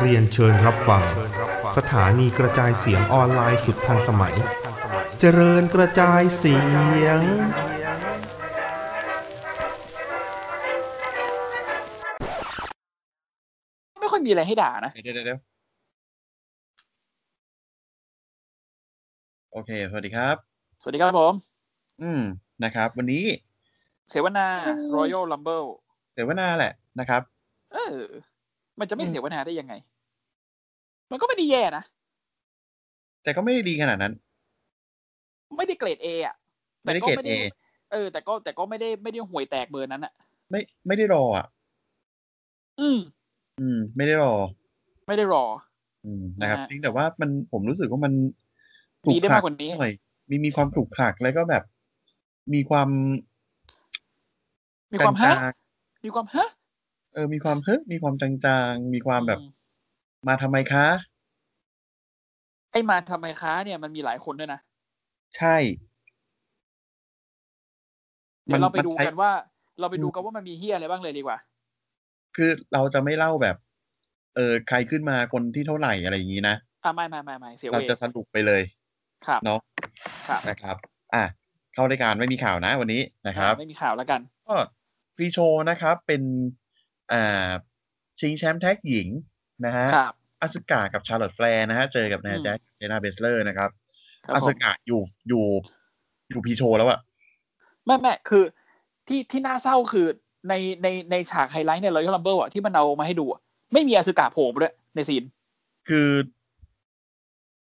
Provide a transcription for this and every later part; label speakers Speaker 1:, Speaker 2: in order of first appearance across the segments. Speaker 1: เรียนเชิญรับฟัง สถานีกระจายเสียงออนไลน์สุดทันสมัย เจริญกระจายเสียง
Speaker 2: ไม่ค่อยมีอะไรให้ด่านะ
Speaker 3: เดี๋ยวเดี๋ยวเดี๋ยวโอเค สวัสดีครับ
Speaker 2: สวัสดีครับผม
Speaker 3: อืมนะครับ วันนี้
Speaker 2: เสวนา Royal Rumble
Speaker 3: เสวนาแหละนะครับ
Speaker 2: เออ มันจะไม่
Speaker 3: อืม
Speaker 2: เสวนาได้ยังไง มันก็ไม่ได้แย่นะ
Speaker 3: แต่ก็ไม่ได้ดีขนาดนั้น
Speaker 2: ไม่ได้เกรดเออะ
Speaker 3: ไม่ได้
Speaker 2: แต่
Speaker 3: เกรดเอ
Speaker 2: เออ แต่ก็แต่ก็ไม่ได้ไม่ได้ห่วยแตกเบอร์นั้นอะ
Speaker 3: ไม่ไม่ได้รออ่ะ
Speaker 2: อืม
Speaker 3: อืม ไม่ได้รอ
Speaker 2: ไม่ได้รอ
Speaker 3: อืมนะครับ
Speaker 2: นะฮะ
Speaker 3: เพียงแต่ว่ามันผมรู้สึกว่ามันขลุ
Speaker 2: มีได้มากก
Speaker 3: ลั
Speaker 2: ว่านี้
Speaker 3: หน่อย มีมีความขลุกขลักแล้วก็แบบ มีความ
Speaker 2: มีความ
Speaker 3: จ
Speaker 2: ฮะ
Speaker 3: ง
Speaker 2: มีความฮะ
Speaker 3: ๆเออ มีความเฮ้ยมีความจางๆ มีความแบบ
Speaker 2: อืม
Speaker 3: มาทำไมคะ
Speaker 2: ไอ้มาทำไมค้าเนี่ยมันมีหลายคนด้วยนะ
Speaker 3: ใช่
Speaker 2: เดี๋ยวเราไปดู
Speaker 3: มันใช้
Speaker 2: กันว่า เราไปดูกันว่ามันมีเฮียอะไรบ้างเลยดีกว่า
Speaker 3: คือเราจะไม่เล่าแบบ เออใครขึ้นมาคนที่เท่าไหร่อะไรอย่างนี้นะ
Speaker 2: อ่ะไม่ไม่ไม่ไม่เสียเว
Speaker 3: เราจะสรุปไปเลย
Speaker 2: ครับ
Speaker 3: เนาะ
Speaker 2: ครับ
Speaker 3: นะครับ อ่ะเข้ารายการไม่มีข่าวนะวันนี้นะครับ
Speaker 2: ไม่มีข่าวแล้วกัน
Speaker 3: ก็พรีโชว์นะครับเป็นอ่าชิงแชมป์แท็กหญิงนะฮะ
Speaker 2: ครับ
Speaker 3: อาสกากับชาร์ลอตแฟร์นะฮะเจอกับนายแจ็คเซนาเบสเลอร์นะครับ
Speaker 2: ครับ
Speaker 3: อา
Speaker 2: ผ
Speaker 3: ส
Speaker 2: ม
Speaker 3: กาอยู่อยู่อยู่พรีโชว์แล้วอะ
Speaker 2: ไม่ไม่คือที่ที่น่าเศร้าคือในในในฉากไฮไลท์ในรอยัลลัมเบิลอ่ะที่มันเอามาให้ดูอะไม่มีอาสึกะโผล่มาด้วยในซีน
Speaker 3: คือ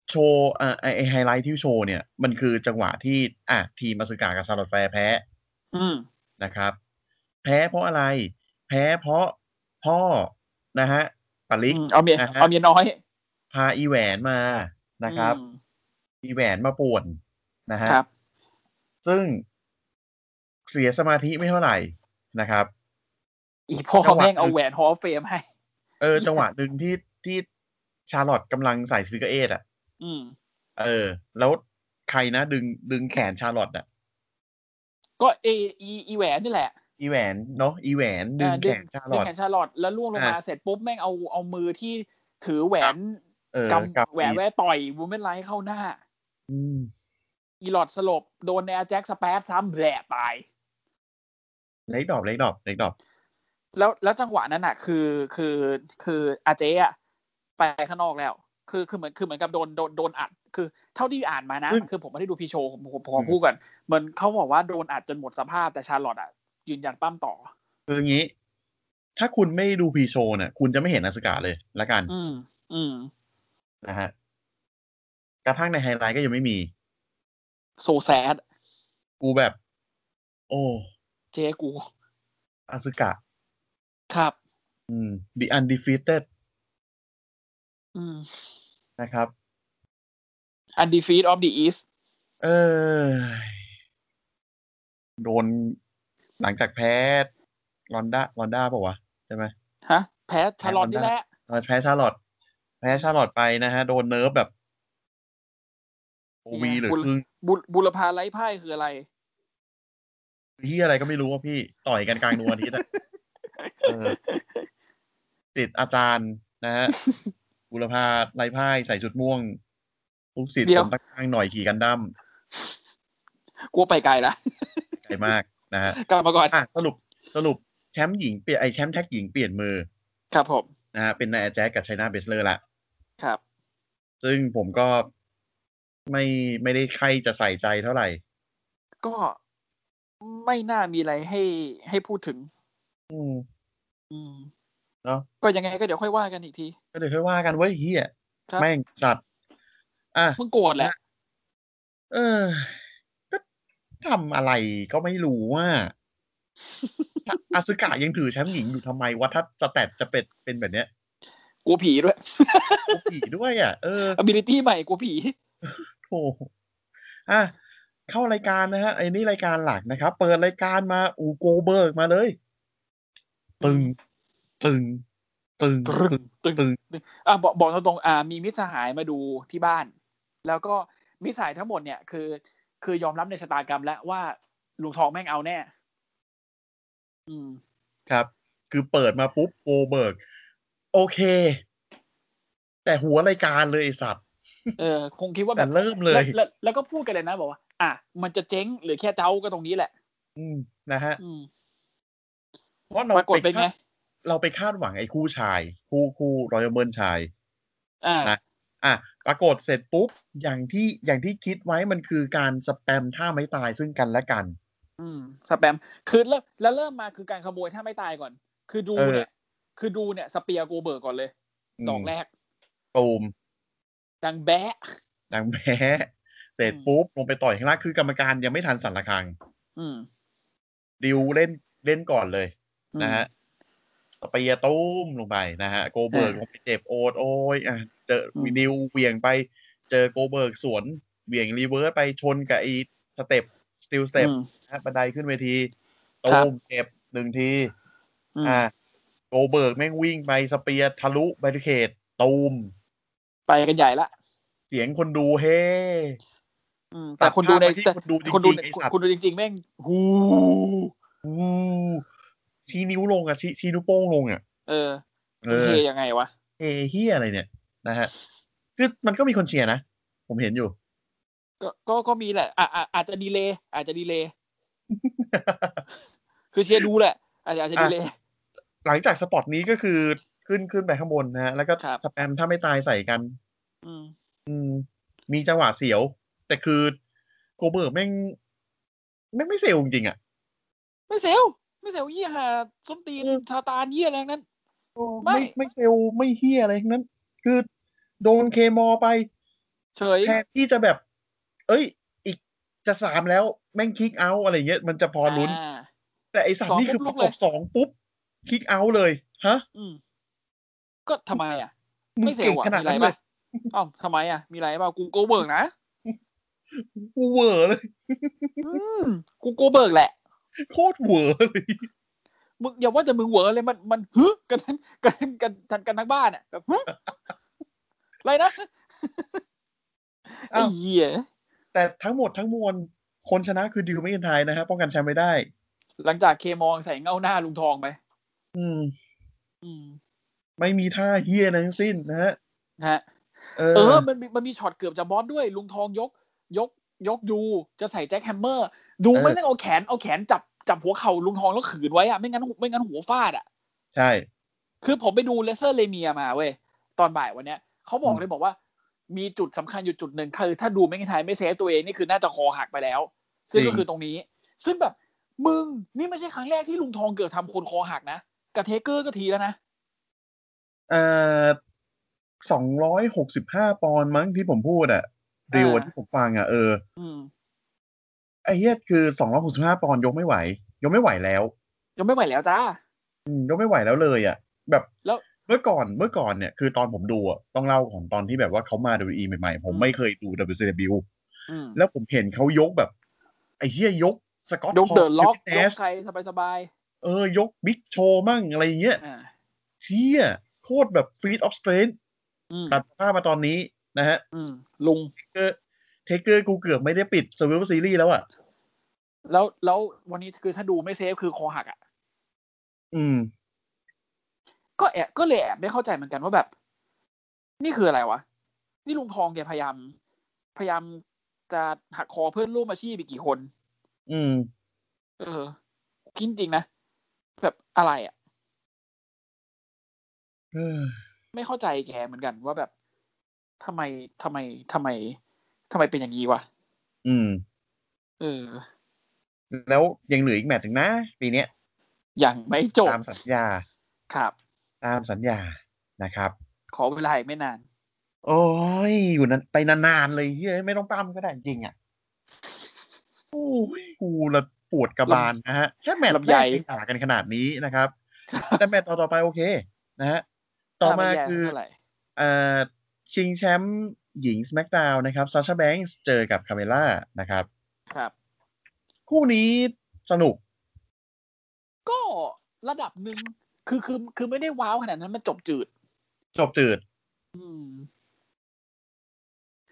Speaker 3: โชว์อ่าไอไอไฮไลท์ที่โชว์เนี่ย มันคือจังหวะที่อ่ะทีมอาสกากับชาร์ลอตแฟร์แพ้
Speaker 2: อืม
Speaker 3: นะครับ แพ้เพราะอะไร แพ้เพราะพ่อนะฮะปลิก
Speaker 2: อืมเอาเมีย
Speaker 3: นะฮะ
Speaker 2: เอาเมียน้อย
Speaker 3: พาอีแหวนมานะครับ
Speaker 2: อืม
Speaker 3: อีแหวนมาป่วนนะฮะ
Speaker 2: ครับ
Speaker 3: ซึ่งเสียสมาธิไม่เท่าไหร่นะครับ
Speaker 2: อีพ่อ
Speaker 3: จังหวะ
Speaker 2: แม่งเอาแหวนฮอลเฟมให้
Speaker 3: เอ อ จังหวะหนึ่งที่ที่ชาร์ลอตกำลังใส่สปิเกอร์เอทอ่ะ
Speaker 2: อืม
Speaker 3: เออ แล้วใครนะ ดึงดึงแขนชาร์ลอตอ่ะ
Speaker 2: ก็เออีอีแหวนนี่แหละ
Speaker 3: อีแหวนเนาะอีแหวนดึง
Speaker 2: อ่า
Speaker 3: แขนชาร์ล
Speaker 2: ดึ
Speaker 3: อง ต
Speaker 2: แขนชาร์ลอตแล้วล่วงลงมา
Speaker 3: อ่า
Speaker 2: เสร็จปุ๊บแม่งเอาเอามือที่ถือแหวน
Speaker 3: เออก
Speaker 2: ำแหวนไว้ต่อยวูแมนไลท์เข้าหน้า
Speaker 3: อืม
Speaker 2: อีหลอดสลบโดนแอร์แจ็คสเปซซ้ำแหละตาย
Speaker 3: เล็กดอบเล็กดอบเล็กดอบ
Speaker 2: แล้วแล้วจังหวะนั้นอ่ะ คือคือคืออาเจ๊อ่ะไปข้างนอกแล้ว คือคือเหมือนคือเหมือนกับโดนโดนโดนอัด คือ เท่าที่อ่านมานะ
Speaker 3: อืม
Speaker 2: คือผมไม่ได้ดูพีโชว์ผมผมผมข
Speaker 3: อืม
Speaker 2: อพูดก่อนเหมือนเขาบอกว่าโดนอัดจนหมดสภาพแต่ชาร์ลอตอ่ะ ยืนยันปั้มต่อ
Speaker 3: คืออย่างนี้ ถ้าคุณไม่ดูพรีโชว์เนี่ย คุณจะไม่เห็นอสกาเลยละกัน
Speaker 2: อืม อืม
Speaker 3: นะฮะ กระทั่งในไฮไลท์ก็ยังไม่มี
Speaker 2: โซแซด
Speaker 3: กูแบบ โอ้
Speaker 2: เจ๊กู
Speaker 3: อสกา
Speaker 2: ครับ
Speaker 3: อืม the undefeated
Speaker 2: อืม
Speaker 3: นะครับ
Speaker 2: อันดีฟีดออฟดีอีส
Speaker 3: เออ โดนหลังจากแพ้รอนด้ารอนด้าป่าวะ ใช่ไหม
Speaker 2: ฮะ แพ้ชาร์ลอตนี่แหละ
Speaker 3: ตอนแพ้ชาร์ลอตแพ้ชาร์ลอตไปนะฮะ โดนเนิร์ฟแบบโอวีหรือคือ
Speaker 2: บุรบุรพาไร้พ่ายคืออะไร
Speaker 3: ที่อะไรก็ไม่รู้ว่าพี่ต่อยกันกลางดวงอาทิตย์อะเออ ติดอาจารย์นะฮะ บุรพาไร้พ่ายใส่ชุดม่วงลูกศิษย์
Speaker 2: เดี๋
Speaker 3: ผ
Speaker 2: ยว
Speaker 3: มตั้งข้างหน่อยขี่กันดั้ม
Speaker 2: กลัวไปไกลละ
Speaker 3: ใหญ่มากนะฮะ
Speaker 2: กลับมาก่อน
Speaker 3: อ่ะสรุปสรุปแชมป์หญิงเปลี่ยนไอแชมป์แท็กหญิงเปลี่ยนมือ
Speaker 2: ครับผม
Speaker 3: นะฮะเป็นนายแจ๊กกับไชน่าเบสเลอร์ละ
Speaker 2: ครับ
Speaker 3: ซึ่งผมก็ไม่ไม่ได้ใครจะใส่ใจเท่าไหร่
Speaker 2: ก็ไม่น่ามีอะไรให้ให้พูดถึง
Speaker 3: อืม
Speaker 2: อืม
Speaker 3: เนอะ
Speaker 2: ก็ยังไงก็เดี๋ยวค่อยว่ากันอีกที
Speaker 3: ก็เดี๋ยวค่อยว่ากันเว้ยเฮีย
Speaker 2: ครับ
Speaker 3: แม่งสัตว์อ่ะ
Speaker 2: มึงโกรธแหละ
Speaker 3: เออ ก็ทำอะไรก็ไม่รู้ว่า อาสึกะยังถือแชมป์หญิงอยู่ทำไมวะถ้าสแตทจะเป็นเป็นแบบเนี้ย
Speaker 2: กลัวผีด้วย
Speaker 3: โอ้ผีด้วยอ่ะ เออ
Speaker 2: ability ใหม่กลัวผี
Speaker 3: โถอ่ะเข้ารายการนะฮะไอ้นี่รายการหลักนะครับ เปิดรายการมาอูโกเบิร์กมาเลย ตึง ตึง ตึง
Speaker 2: ตรึง
Speaker 3: ตึงตึง
Speaker 2: อ่ะบอกบอกตรงๆอ่า มีมิตรสหายมาดูที่บ้าน แล้วก็มิตรสหายทั้งหมดเนี่ย คือ คือยอมรับในชะตากรรมแล้วว่าลุงทองแม่งเอาแน่ อืม
Speaker 3: ครับ คือเปิดมาปุ๊บโกเบิร์ก โอเค แต่หัวรายการเลยไอ้สัตว์
Speaker 2: เออ คงคิดว่าแบ
Speaker 3: แต่
Speaker 2: บ
Speaker 3: เริ่มเลย
Speaker 2: แวแล้วแล้วก็พูดกันเลยนะบอกว่า อ่ะมันจะเจ๊งหรือแค่เจ้าก็ตรงนี้แหละ
Speaker 3: อืมนะฮะ
Speaker 2: อืม
Speaker 3: เพราะเรา
Speaker 2: ปรากฏเป็นไง
Speaker 3: คาดเราไปคาดหวังไอ้คู่ชาย คู่คู่รอยเบิร์นชาย
Speaker 2: อ่า
Speaker 3: อ่ะปรากฏเสร็จปุ๊บ อย่างที่อย่างที่คิดไว้มันคือการสแปมท่าไม้ตายซึ่งกันและกัน
Speaker 2: อืมสแปมคือเริ่มแล้วเริ่มมาคือการขโมยถ้าไม่ตายก่อน คือดู
Speaker 3: เออ
Speaker 2: เนี่ยคือดูเนี่ยสเปียร์โกเบิร์กก่อนเลยดอกแรก
Speaker 3: ตูม
Speaker 2: ดังแบะ
Speaker 3: ดังแพ้เสร็จ
Speaker 2: อืม
Speaker 3: ปุ๊บ ลงไปต่อยข้างล่างคือกรรมการยังไม่ทันสั่นระฆัง
Speaker 2: อืม
Speaker 3: ดิวเล่นเล่นก่อนเลย
Speaker 2: อืม
Speaker 3: นะฮะสเปียร์ตุ้มลงไปนะฮะ โกเบิร์กลงไปเจ็บโอดโอยอ่ะเจอ
Speaker 2: อืม
Speaker 3: นิวเหวี่ยงไป เจอโกเบิร์กสวนเหวี่ยงรีเวิร์สไปชนกับไอีสเต็ปสติลสเต็ป
Speaker 2: อืม
Speaker 3: นะฮะบันไดขึ้นเวที
Speaker 2: ครั
Speaker 3: ตุ้
Speaker 2: บ
Speaker 3: มเจ็บหนึ่งที
Speaker 2: อืม
Speaker 3: อ่ะโกเบิร์กแม่งวิ่งไปสเปียร์ทะลุบาริเคดตูม
Speaker 2: ไปกันใหญ่ละ
Speaker 3: เสียงคนดูเฮ้
Speaker 2: อืมแต่คนดูใน
Speaker 3: ตัภาพมาที่
Speaker 2: แต่
Speaker 3: คนดูจ
Speaker 2: คนดู
Speaker 3: ริงๆไอสัตว์
Speaker 2: คนดูจริง ๆ แม่งหู
Speaker 3: อู้ชี้นิ้วลงอ่ะชี้ชี้นิ้วโป้งลงอ่ะ
Speaker 2: เออ
Speaker 3: เอ
Speaker 2: มันเท
Speaker 3: อ
Speaker 2: ยังไงวะ
Speaker 3: เอเฮียอะไรเนี่ยนะฮะคือมันก็มีคนเชียร์นะ ผมเห็นอยู่
Speaker 2: ก็ก็ก็มีแหละอ่ะอ่ะอาจจะดีเลย์อาจจะดีเลย์คือเชียร์ดูแหละ อาจจะอาจจะดีเลย์
Speaker 3: หลังจากสปอตนี้ก็คือขึ้นขึ้นไปข้างบนนะฮะ แล้วก็
Speaker 2: ครับ
Speaker 3: สแปมถ้าไม่ตายใส่กัน
Speaker 2: อืม
Speaker 3: อืม มีจังหวะเสียว แต่คือโกเบิร์กแม่งแม่งไม่เซลลจริงๆอ่ะ
Speaker 2: ไม่เซลไม่เซลยี่ห้าส้มตีน
Speaker 3: อืม
Speaker 2: ซาตานยี่อะไรทั้งนั้น ไม่
Speaker 3: ไม่ไม่เซลลไม่เฮียอะไรทั้งนั้น คือโดนเคมอไป
Speaker 2: เฉย
Speaker 3: แทนที่จะแบบ เอ้ย อีกจะสามแล้วแม่งคิกเอาท์อะไรเงี้ยมันจะพอลุ้น
Speaker 2: า
Speaker 3: แต่ไอสาม
Speaker 2: สอง
Speaker 3: นี่คือ
Speaker 2: ปุ๊
Speaker 3: ป
Speaker 2: บ
Speaker 3: ระ
Speaker 2: ลุกเล
Speaker 3: ก
Speaker 2: ย
Speaker 3: บสองปุ๊บคิกเอาท์เลย ฮะ
Speaker 2: อืม ก็ทำไมอ่ะ
Speaker 3: มึง
Speaker 2: ไม่เซลล์อ่ะ
Speaker 3: เก่งขนาด
Speaker 2: มีอะไร
Speaker 3: นั้นเล
Speaker 2: ปะ
Speaker 3: ย
Speaker 2: อ้าวทำไมอ่ะ มีอะไรเปล่ากูโกเบิร์กนะ
Speaker 3: กูเวอร์เลย
Speaker 2: อืมกูโกเบิร์กแหละ
Speaker 3: โคตรเวอร์เลย
Speaker 2: มึงอย่าว่าแต่มึงเหวอเลยมันมันฮึกันทั้งกันทั้งกันทั้งกันทั้งบ้านอ่ะแบบฮึอะไรนะไอ้
Speaker 3: อ้าว
Speaker 2: เหี้ย
Speaker 3: แต่ทั้งหมดทั้งมวลคนชนะคือดิวไม่เอ็นไทยนะฮะป้องกันแชมป์ไม่ได้
Speaker 2: หลังจากเคมองใส่เงาหน้าลุงทองไป
Speaker 3: อืม
Speaker 2: อืม
Speaker 3: ไม่มีท่าเฮียอะไรทั้งสิ้นนะฮะ
Speaker 2: ฮะ
Speaker 3: เอ
Speaker 2: เออ
Speaker 3: อ
Speaker 2: มันมีมันมีช็อตเกือบจะบอสด้วย ลุงทองยก ยก ยกยูจะใส่แจ็คแฮมเมอร์ ดู
Speaker 3: เออ
Speaker 2: มันนั่งเอาแขนเอาแขนจับจับหัวเข่าลุงทองแล้วขืนไว้อะไม่งั้นไม่งั้นหัวฟาดอะ
Speaker 3: ใช่
Speaker 2: คือผมไปดูเลเซอร์เลเมียมาเว้ย ตอนบ่ายวันเนี้ยเขาบอกเลยบอกว่า มีจุดสำคัญอยู่จุดหนึ่งคือถ้าดูไม่ทันไม่เซฟตัวเองนี่คือน่าจะคอหักไปแล้ว ซึ่งก็
Speaker 3: จริง
Speaker 2: คือตรงนี้ ซึ่งแบบมึงนี่ไม่ใช่ครั้งแรกที่ลุงทองเกิดทำคนคอหักนะกับเทเกอร์ก็ทีแล้วนะ
Speaker 3: เอ่อสองร้อยหกสิบห้าปอนด์มั้งที่ผมพูดอะดิวอะที่ผมฟังอะเออ
Speaker 2: อืม
Speaker 3: ไอ้เฮียคือสองร้อยหกสิบห้าปอนด์ยกไม่ไหว ยกไม่ไหวแล้ว
Speaker 2: ยังไม่ไหวแล้วจ้า
Speaker 3: อืมก็ไม่ไหวแล้วเลยอ่ะ แบบ
Speaker 2: แล้ว
Speaker 3: เมื่อก่อนเมื่อก่อนเนี่ยคือตอนผมดูอะต้องเล่าของตอนที่แบบว่าเขามา WWE ใหม่ๆ ผม
Speaker 2: อืม
Speaker 3: ไม่เคยดู WCW
Speaker 2: อืม
Speaker 3: แล้วผมเห็นเขายกแบบ ไอ้เฮียยกสกอต
Speaker 2: ยกเดินล็อก
Speaker 3: แน
Speaker 2: ย
Speaker 3: ส
Speaker 2: กใครสบายสบาย
Speaker 3: เออยกบิ๊กโชว์มั่งอะไรเงี้ย
Speaker 2: ๆอ่า
Speaker 3: เชี่ยโคตรแบบฟีดออฟสเตรน
Speaker 2: อืม
Speaker 3: ตัดภาพมาตอนนี้นะฮะ
Speaker 2: อืมลุง
Speaker 3: เกอร์เทเกอร์กูเกือบไม่ได้ปิดสวิฟซีรีส์แล้วอ่ะ
Speaker 2: แล้วแล้ววันนี้คือถ้าดูไม่เซฟคือคอหักอ่ะ
Speaker 3: อืม
Speaker 2: ก็แอบก็เลยแอบไม่เข้าใจเหมือนกันว่าแบบ นี่คืออะไรวะ นี่ลุงทองแกพยายาม พยายามจะหักคอเพื่อนร่วมอาชีพอีกกี่คน
Speaker 3: อืม
Speaker 2: เออคิดจริงนะ แบบอะไรอ่ะ
Speaker 3: เออ
Speaker 2: ไม่เข้าใจแกเหมือนกันว่าแบบทำไมทำไมทำไมทำไมเป็นอย่างนี้วะ
Speaker 3: อืม
Speaker 2: เออ
Speaker 3: แล้วยังเหลืออีกแมตช์หนึ่งนะปีเนี้ย
Speaker 2: อย่างไม่จบ
Speaker 3: ตามสัญญา
Speaker 2: ครับ
Speaker 3: ตามสัญญานะครับ
Speaker 2: ขอเวลาอีกไม่นาน
Speaker 3: โอ้ย อยู่นั้นไปนานๆเลยเฮ้ยไม่ต้องปั้มก็ได้จริงอ่ะโอ้ยกูละปวดกระบาลนะฮะ แค่แมตช์
Speaker 2: ลำไย
Speaker 3: แรกยังด่ากันขนาดนี้นะครับ แต่แมตช์ต่อๆไปโอเค นะฮะ ต่อมา
Speaker 2: ถ้ไแย่
Speaker 3: คือ
Speaker 2: เท่าไหร่
Speaker 3: เอ่อชิงแชมป์หญิง SmackDown นะครับซาชาแบงค์เจอกับคาเมล่านะครับ
Speaker 2: ครับ
Speaker 3: คู่นี้สนุก
Speaker 2: ก็ระดับหนึ่งคือคือคือไม่ได้ว้าวขนาดนั้นมันจบจืด
Speaker 3: จบจืด
Speaker 2: อืม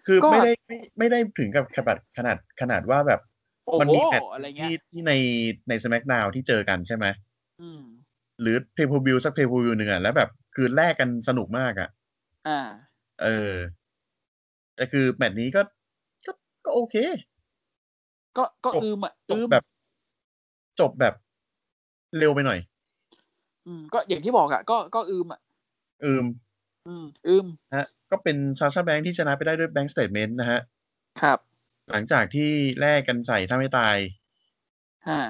Speaker 3: คือ
Speaker 2: ก็
Speaker 3: ไม่ได้ไม่ไม่ได้ถึงกับขนาดขนาดขนาดว่าแบบ
Speaker 2: โอ้
Speaker 3: มัน
Speaker 2: โห
Speaker 3: มีแมตช์
Speaker 2: อะไรเงี้ย
Speaker 3: ที่ที่ในใน SmackDown ที่เจอกันใช่ไหม
Speaker 2: อืม
Speaker 3: หรือเพย์ v วิวสักเพย์ v วิวหนึ่งอ่ะแล้วแบบคือแลกกันสนุกมากอ่ะ
Speaker 2: อ่า
Speaker 3: เออแต่คือแมตช์นี้ก็ก็ก็โอเค
Speaker 2: ก็ก็
Speaker 3: จบ
Speaker 2: อืมอ่ะ
Speaker 3: จบ
Speaker 2: อืม
Speaker 3: แบบ จบแบบเร็วไปหน่อย
Speaker 2: อืมก็อย่างที่บอกอ่ะก็ก็อืมอ่ะ
Speaker 3: อืม
Speaker 2: อืมอืม
Speaker 3: ฮะ ก็เป็นชาชาแบงค์ที่ชนะไปได้ด้วยแบงค์สเต t เมนต์นะฮะ
Speaker 2: ครับ
Speaker 3: หลังจากที่แลกกันใส่ถ้าไม่ตาย
Speaker 2: อ่า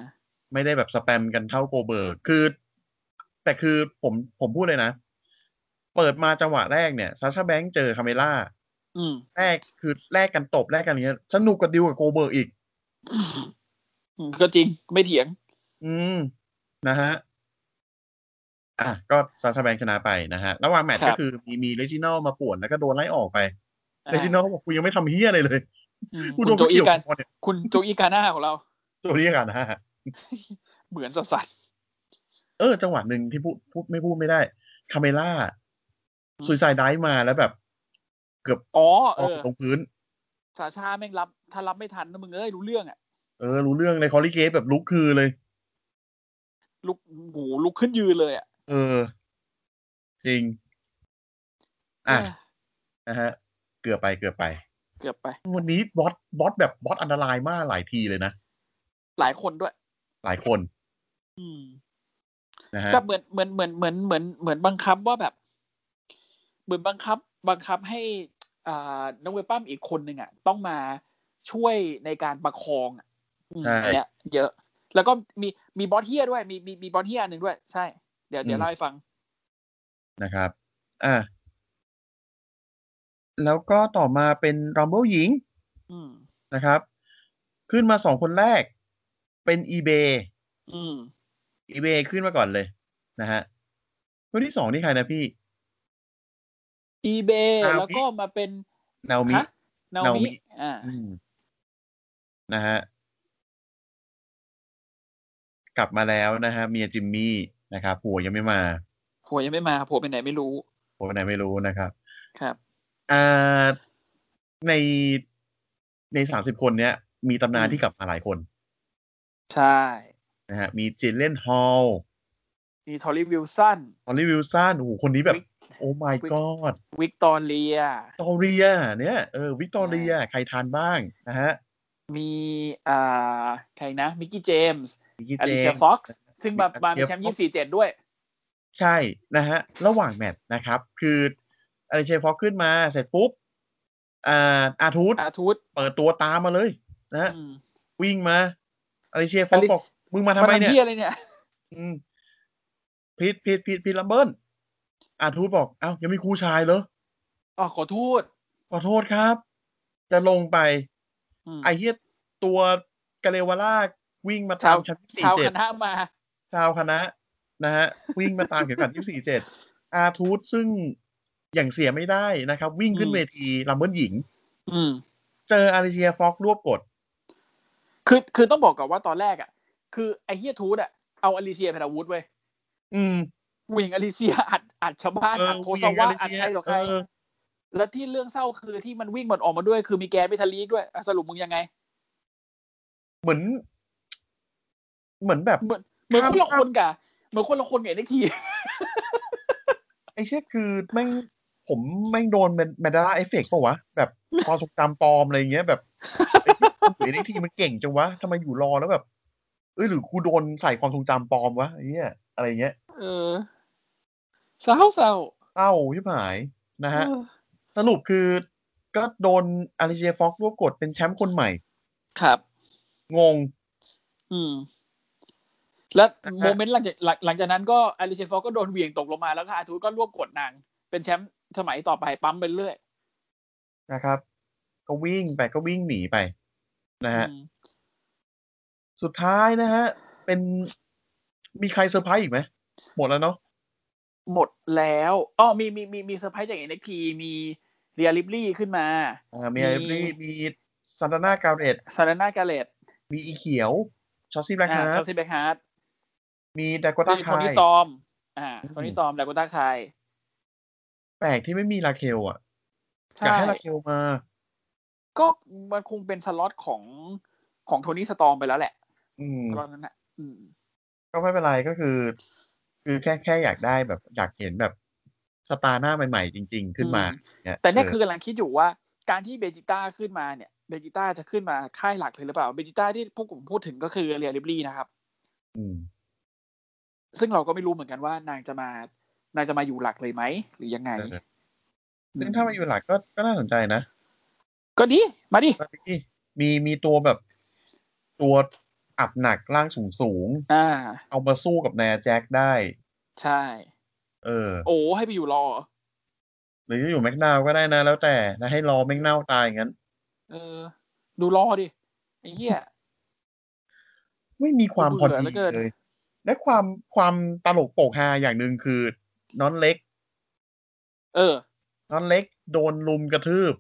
Speaker 3: ไม่ได้แบบสแปมกันเท่าโกเบิร์กคือ แต่คือผมผมพูดเลยนะ เปิดมาจังหวะแรกเนี่ยซาชาแบงค์เจอคาเมล่า
Speaker 2: อืม
Speaker 3: แรกคือแลกกันตบแลกกันอย่างเงี้ยสนุกกว่าดิวกับโกเบิร์กอีก
Speaker 2: อืมก็จริงไม่เถียง
Speaker 3: อืม นะฮะ อ่ะ ก็ซาชาแบงค์ชนะไปนะฮะ ระหว่างแมตช์
Speaker 2: ครั
Speaker 3: ก็
Speaker 2: บ
Speaker 3: คือมีมีเลจิโนมาป่วนแล้วก็โดนไล่ออกไป
Speaker 2: อ่า
Speaker 3: เลจิโนบอกกูยังไม่ทำเฮี้ยอะไรเลย
Speaker 2: อืม
Speaker 3: กู
Speaker 2: คุณ
Speaker 3: โดน
Speaker 2: โจ
Speaker 3: เขา
Speaker 2: อี
Speaker 3: เกี่ยว
Speaker 2: การ
Speaker 3: คอเนี่ย
Speaker 2: คุณโจอีกาหน้าของเรา
Speaker 3: ตัวนี้กัน นะฮะ
Speaker 2: เหมือนสัสสัส
Speaker 3: เออ จังหวะหนึ่งที่พูดพูดไม่พูดไม่ได้ คาเมล่า
Speaker 2: อืม
Speaker 3: ซุยไซด์ไดฟ์มาแล้วแบบ เกือบ
Speaker 2: อ๋อ
Speaker 3: อ
Speaker 2: เอ
Speaker 3: อก
Speaker 2: อ
Speaker 3: ลงพื้น
Speaker 2: สาชาแม่งรับถ้ารับไม่ทันนะมึงเอ้ยรู้เรื่องอ่ะ
Speaker 3: เออ รู้เรื่องเลยคอลิเกตแบบลุกคือเลย
Speaker 2: ลุกหูลุกขึ้นยืนเลยอ่ะ
Speaker 3: เออ จริง อ่ะ
Speaker 2: เออ
Speaker 3: นะฮะ เกือบไปเกือบไป
Speaker 2: เกือบไป
Speaker 3: วันนี้บอสบอสแบบบอสอันตรายมากหลายทีเลยนะ
Speaker 2: หลายคนด้วย
Speaker 3: หลายคน
Speaker 2: อืม
Speaker 3: นะฮะ
Speaker 2: ก็เหมือนเหมือนเหมือนเหมือนเหมือนเหมือนบังคับว่าแบบ เหมือนบังคับ บังคับให้อ่าน้องเวปั้มอีกคนหนึ่งอ่ะ ต้องมาช่วยในการประคองอ่ะอืม
Speaker 3: ใช่
Speaker 2: อันเนี่ยเยอะ แล้วก็มีมีบอสเฮียด้วย มีมีมีบอสเฮียอันหนึ่งด้วย ใช่ เดี๋ยวเดี๋ยว
Speaker 3: อืม
Speaker 2: เล่าให้ฟัง
Speaker 3: นะครับ อ่ะ แล้วก็ต่อมาเป็นรัมเบิลหญิง
Speaker 2: อืม
Speaker 3: นะครับ ขึ้นมาสองคนแรก เป็นอีเบ
Speaker 2: อืม
Speaker 3: อีเบขึ้นมาก่อนเลยนะฮะคนที่สองนี่ใครนะพี่
Speaker 2: อีเบ
Speaker 3: นามิ
Speaker 2: แล้วก็มาเป็น
Speaker 3: นามิ
Speaker 2: ฮะนา
Speaker 3: นามิ
Speaker 2: มิอ่า
Speaker 3: อืมนะฮะ กลับมาแล้วนะฮะ เมียจิมมี่นะครับผัวยังไม่มา
Speaker 2: หัวยังไม่มาผัวไปไหนไม่รู้
Speaker 3: ผัวไปไหนไม่รู้นะครับ
Speaker 2: ครับ
Speaker 3: อ่า ในในสามสิบคนเนี้ย มีตำนาน
Speaker 2: อืม
Speaker 3: ที่กลับมาหลายคน
Speaker 2: ใช่
Speaker 3: นะฮะ มีเจนเล่นฮอล
Speaker 2: มีทอรี่วิลสัน
Speaker 3: ออลลี่วิลสันโอ้โหคนนี้แบบ
Speaker 2: วิก
Speaker 3: โอ้ my
Speaker 2: วิก
Speaker 3: god
Speaker 2: วิกตอเรีย
Speaker 3: ตอเรีย เนี่ยเออวิกตอเรีย ใครทานบ้างนะฮะ
Speaker 2: มีอ่าใครนะมิกกี้เจมส์
Speaker 3: มิกกี้
Speaker 2: อ
Speaker 3: เจ
Speaker 2: ลิเชีย
Speaker 3: มส์
Speaker 2: ฟ็อกซ์ซึ่งมามาเป็น
Speaker 3: Alicia
Speaker 2: แชมป์
Speaker 3: Fox
Speaker 2: ยี่สี่เจ็ดด้วย
Speaker 3: ใช่นะฮะ ระหว่างแมตช์นะครับ คืออะไรเชฟพอขึ้นมาเสร็จปุ๊บ อ่าอาทูต
Speaker 2: อาทูต
Speaker 3: เปิดตัวตามมาเลย นะฮะ
Speaker 2: อืม
Speaker 3: วิ่งมาอะไรเชฟพอ
Speaker 2: Alice
Speaker 3: บอกมึงมาทำ
Speaker 2: มา
Speaker 3: ไม
Speaker 2: ทำ
Speaker 3: เนี่ย
Speaker 2: เพี้ยอะไรเนี่ย
Speaker 3: อืมผิดผิดผิดผิดลัมเบิลอาทูตบอก เอ้ายังมีครูชายเหรอ
Speaker 2: อ๋อขอโทษ
Speaker 3: ขอโทษครับ จะลงไป
Speaker 2: อืม
Speaker 3: ไอ้เหี้ยตัวกาเลวาล่าวิ่งมา
Speaker 2: ชา
Speaker 3: ตาว มแชมป์ที่สี่
Speaker 2: ชาว
Speaker 3: เจ็
Speaker 2: ค
Speaker 3: ด
Speaker 2: ณะมา
Speaker 3: ชาวคณะนะฮะ วิ่งมาตามเข็มขัดยี่สี่เจ็ดอาทูตซึ่งอย่างเสียไม่ได้นะครับ วิ่งขึ้น
Speaker 2: อืม
Speaker 3: เวทีลัมเบิลหญิง
Speaker 2: อืม
Speaker 3: เจออาริเชียฟอกรวบกด
Speaker 2: คือคือต้องบอกก่อนว่าตอนแรกอ่ะ คือไอเฮียทูตอ่ะ เอาอลิเชียเป็นอาวุธเว้ย
Speaker 3: อืม
Speaker 2: เหวิ่งอลิเชียอัดอัดชาวบ้าน
Speaker 3: เออ
Speaker 2: อัดโค
Speaker 3: เหวี่
Speaker 2: ซาย
Speaker 3: ง
Speaker 2: วะ
Speaker 3: Alicia
Speaker 2: อัดใครต่อใคร
Speaker 3: เออ
Speaker 2: แล้วที่เรื่องเศร้าคือที่มันวิ่งมันออกมาด้วย คือมีแกนไม่ทะลีกด้วยอ่ะสรุปมึงยังไง
Speaker 3: เหมือน เหมือนแบบ
Speaker 2: เหมือนเหมือนคนละคนกับเหมือนคนละคนกับเอ็กที
Speaker 3: ไอ้เชี่ยคือแม่งผมแม่งโดนแมนดาราเอฟเฟกต์ป่าวะ แบบความทรงจำปลอมอะไรอย่างเงี้ยแบบไอ้เด็กทีมันเก่งจังวะทำไมอยู่รอแล้วแบบ เอ้ยหรือกูโดนใส่ความทรงจำปลอมวะไอ้เนี้ยอะไรอย่างเงี้ย
Speaker 2: เออเศร้าเศร้า
Speaker 3: เต้าชิบหายนะฮะ
Speaker 2: เออ
Speaker 3: สรุปคือก็โดนอาริเจฟอกรวบกดเป็นแชมป์คนใหม่
Speaker 2: ครับ
Speaker 3: งง
Speaker 2: อืม แล้ว
Speaker 3: นะฮะ
Speaker 2: โมเมนต์หลังจากหลังหลังจากนั้นก็อาริเชฟอก็โดนเหวี่ยงตกลงมาแล้วก็อาทูตก็รวบกดนาง เป็นแชมป์สมัยต่อไปปั๊มไปเรื่อย
Speaker 3: นะครับ ก็วิ่งไปก็วิ่งหนีไป นะฮะ
Speaker 2: อืม
Speaker 3: สุดท้ายนะฮะ เป็นมีใครเซอร์ไพรส์อีกไหม หมดแล้วเนาะ
Speaker 2: หมดแล้วอ๋อมีมีมีมีเซอร์ไพรส์จากเอ็นเอ็กทีมีเรียลิบลี่ขึ้นมา
Speaker 3: อ่ามีอะไร
Speaker 2: มี
Speaker 3: ีมีซันตาน่ากาเรต
Speaker 2: ซาราน่ากาเลต
Speaker 3: มีอีเขียวชอสซี่แบล็กฮา
Speaker 2: อ่าซา
Speaker 3: ร์
Speaker 2: ซิเบคฮาร์ด
Speaker 3: มีดากอต้า
Speaker 2: มีโท
Speaker 3: คาย
Speaker 2: นี่สตอมอ่า
Speaker 3: อืม
Speaker 2: โทนี่สตอมแล้วก็ต้าคาย
Speaker 3: แปลกที่ไม่มีลาเคลอ่ะอ
Speaker 2: ใช่
Speaker 3: ยากให้ลาเคลมา
Speaker 2: ก็มันคงเป็นสล็อตของของโทนี่สตอมไปแล้วแหละ
Speaker 3: อืม
Speaker 2: ตอนนั้นนะอืม
Speaker 3: ก็ไม่เป็นไรก็คือ คือแค่แค่อยากได้แบบ อยากเห็นแบบสตาร์หน้าใหม่ ๆ จริง ๆ ขึ้นมา
Speaker 2: อื
Speaker 3: เนี่ย
Speaker 2: แต่เนี่ย
Speaker 3: เ
Speaker 2: คือกำลังคิดอยู่ว่าการที่เบจิต้าขึ้นมาเนี่ยเบจิต้าจะขึ้นมาค่ายหลักเลยหรือเปล่าเบจิต้าที่พวกผมพูดถึงก็คือเรียลิบลี่นะครับ
Speaker 3: ม
Speaker 2: ซึ่งเราก็ไม่รู้เหมือนกันว่านางจะมานางจะมาอยู่หลักเลยไหมหรือยังไง
Speaker 3: เออซึ่งถ้ามาอยู่หลักก็ก็น่าสนใจนะ
Speaker 2: ก็ดีมาดิ
Speaker 3: แล้วที่มีมีตัวแบบตัวอับหนักร่างสูงสูง
Speaker 2: อ่า
Speaker 3: ๆเอามาสู้กับแนร์แจ็คได้
Speaker 2: ใช่
Speaker 3: เออ
Speaker 2: โอ้ให้ไปอยู่รอเหรอ
Speaker 3: หรือจะอยู่แมกนาวก็ได้นะ แล้วแต่นะให้รอแมกนาวตายอย่างนั้น
Speaker 2: เออ ดูรอดิไอ้เหี้ย
Speaker 3: ไม่มีความพอดี
Speaker 2: เบื่อเหลือเกิน
Speaker 3: เลย และความความตลกโปกฮาอย่างหนึ่งคือ น้อนเล็ก
Speaker 2: เออ
Speaker 3: น้อนเล็ก โดนลุมกระทืบ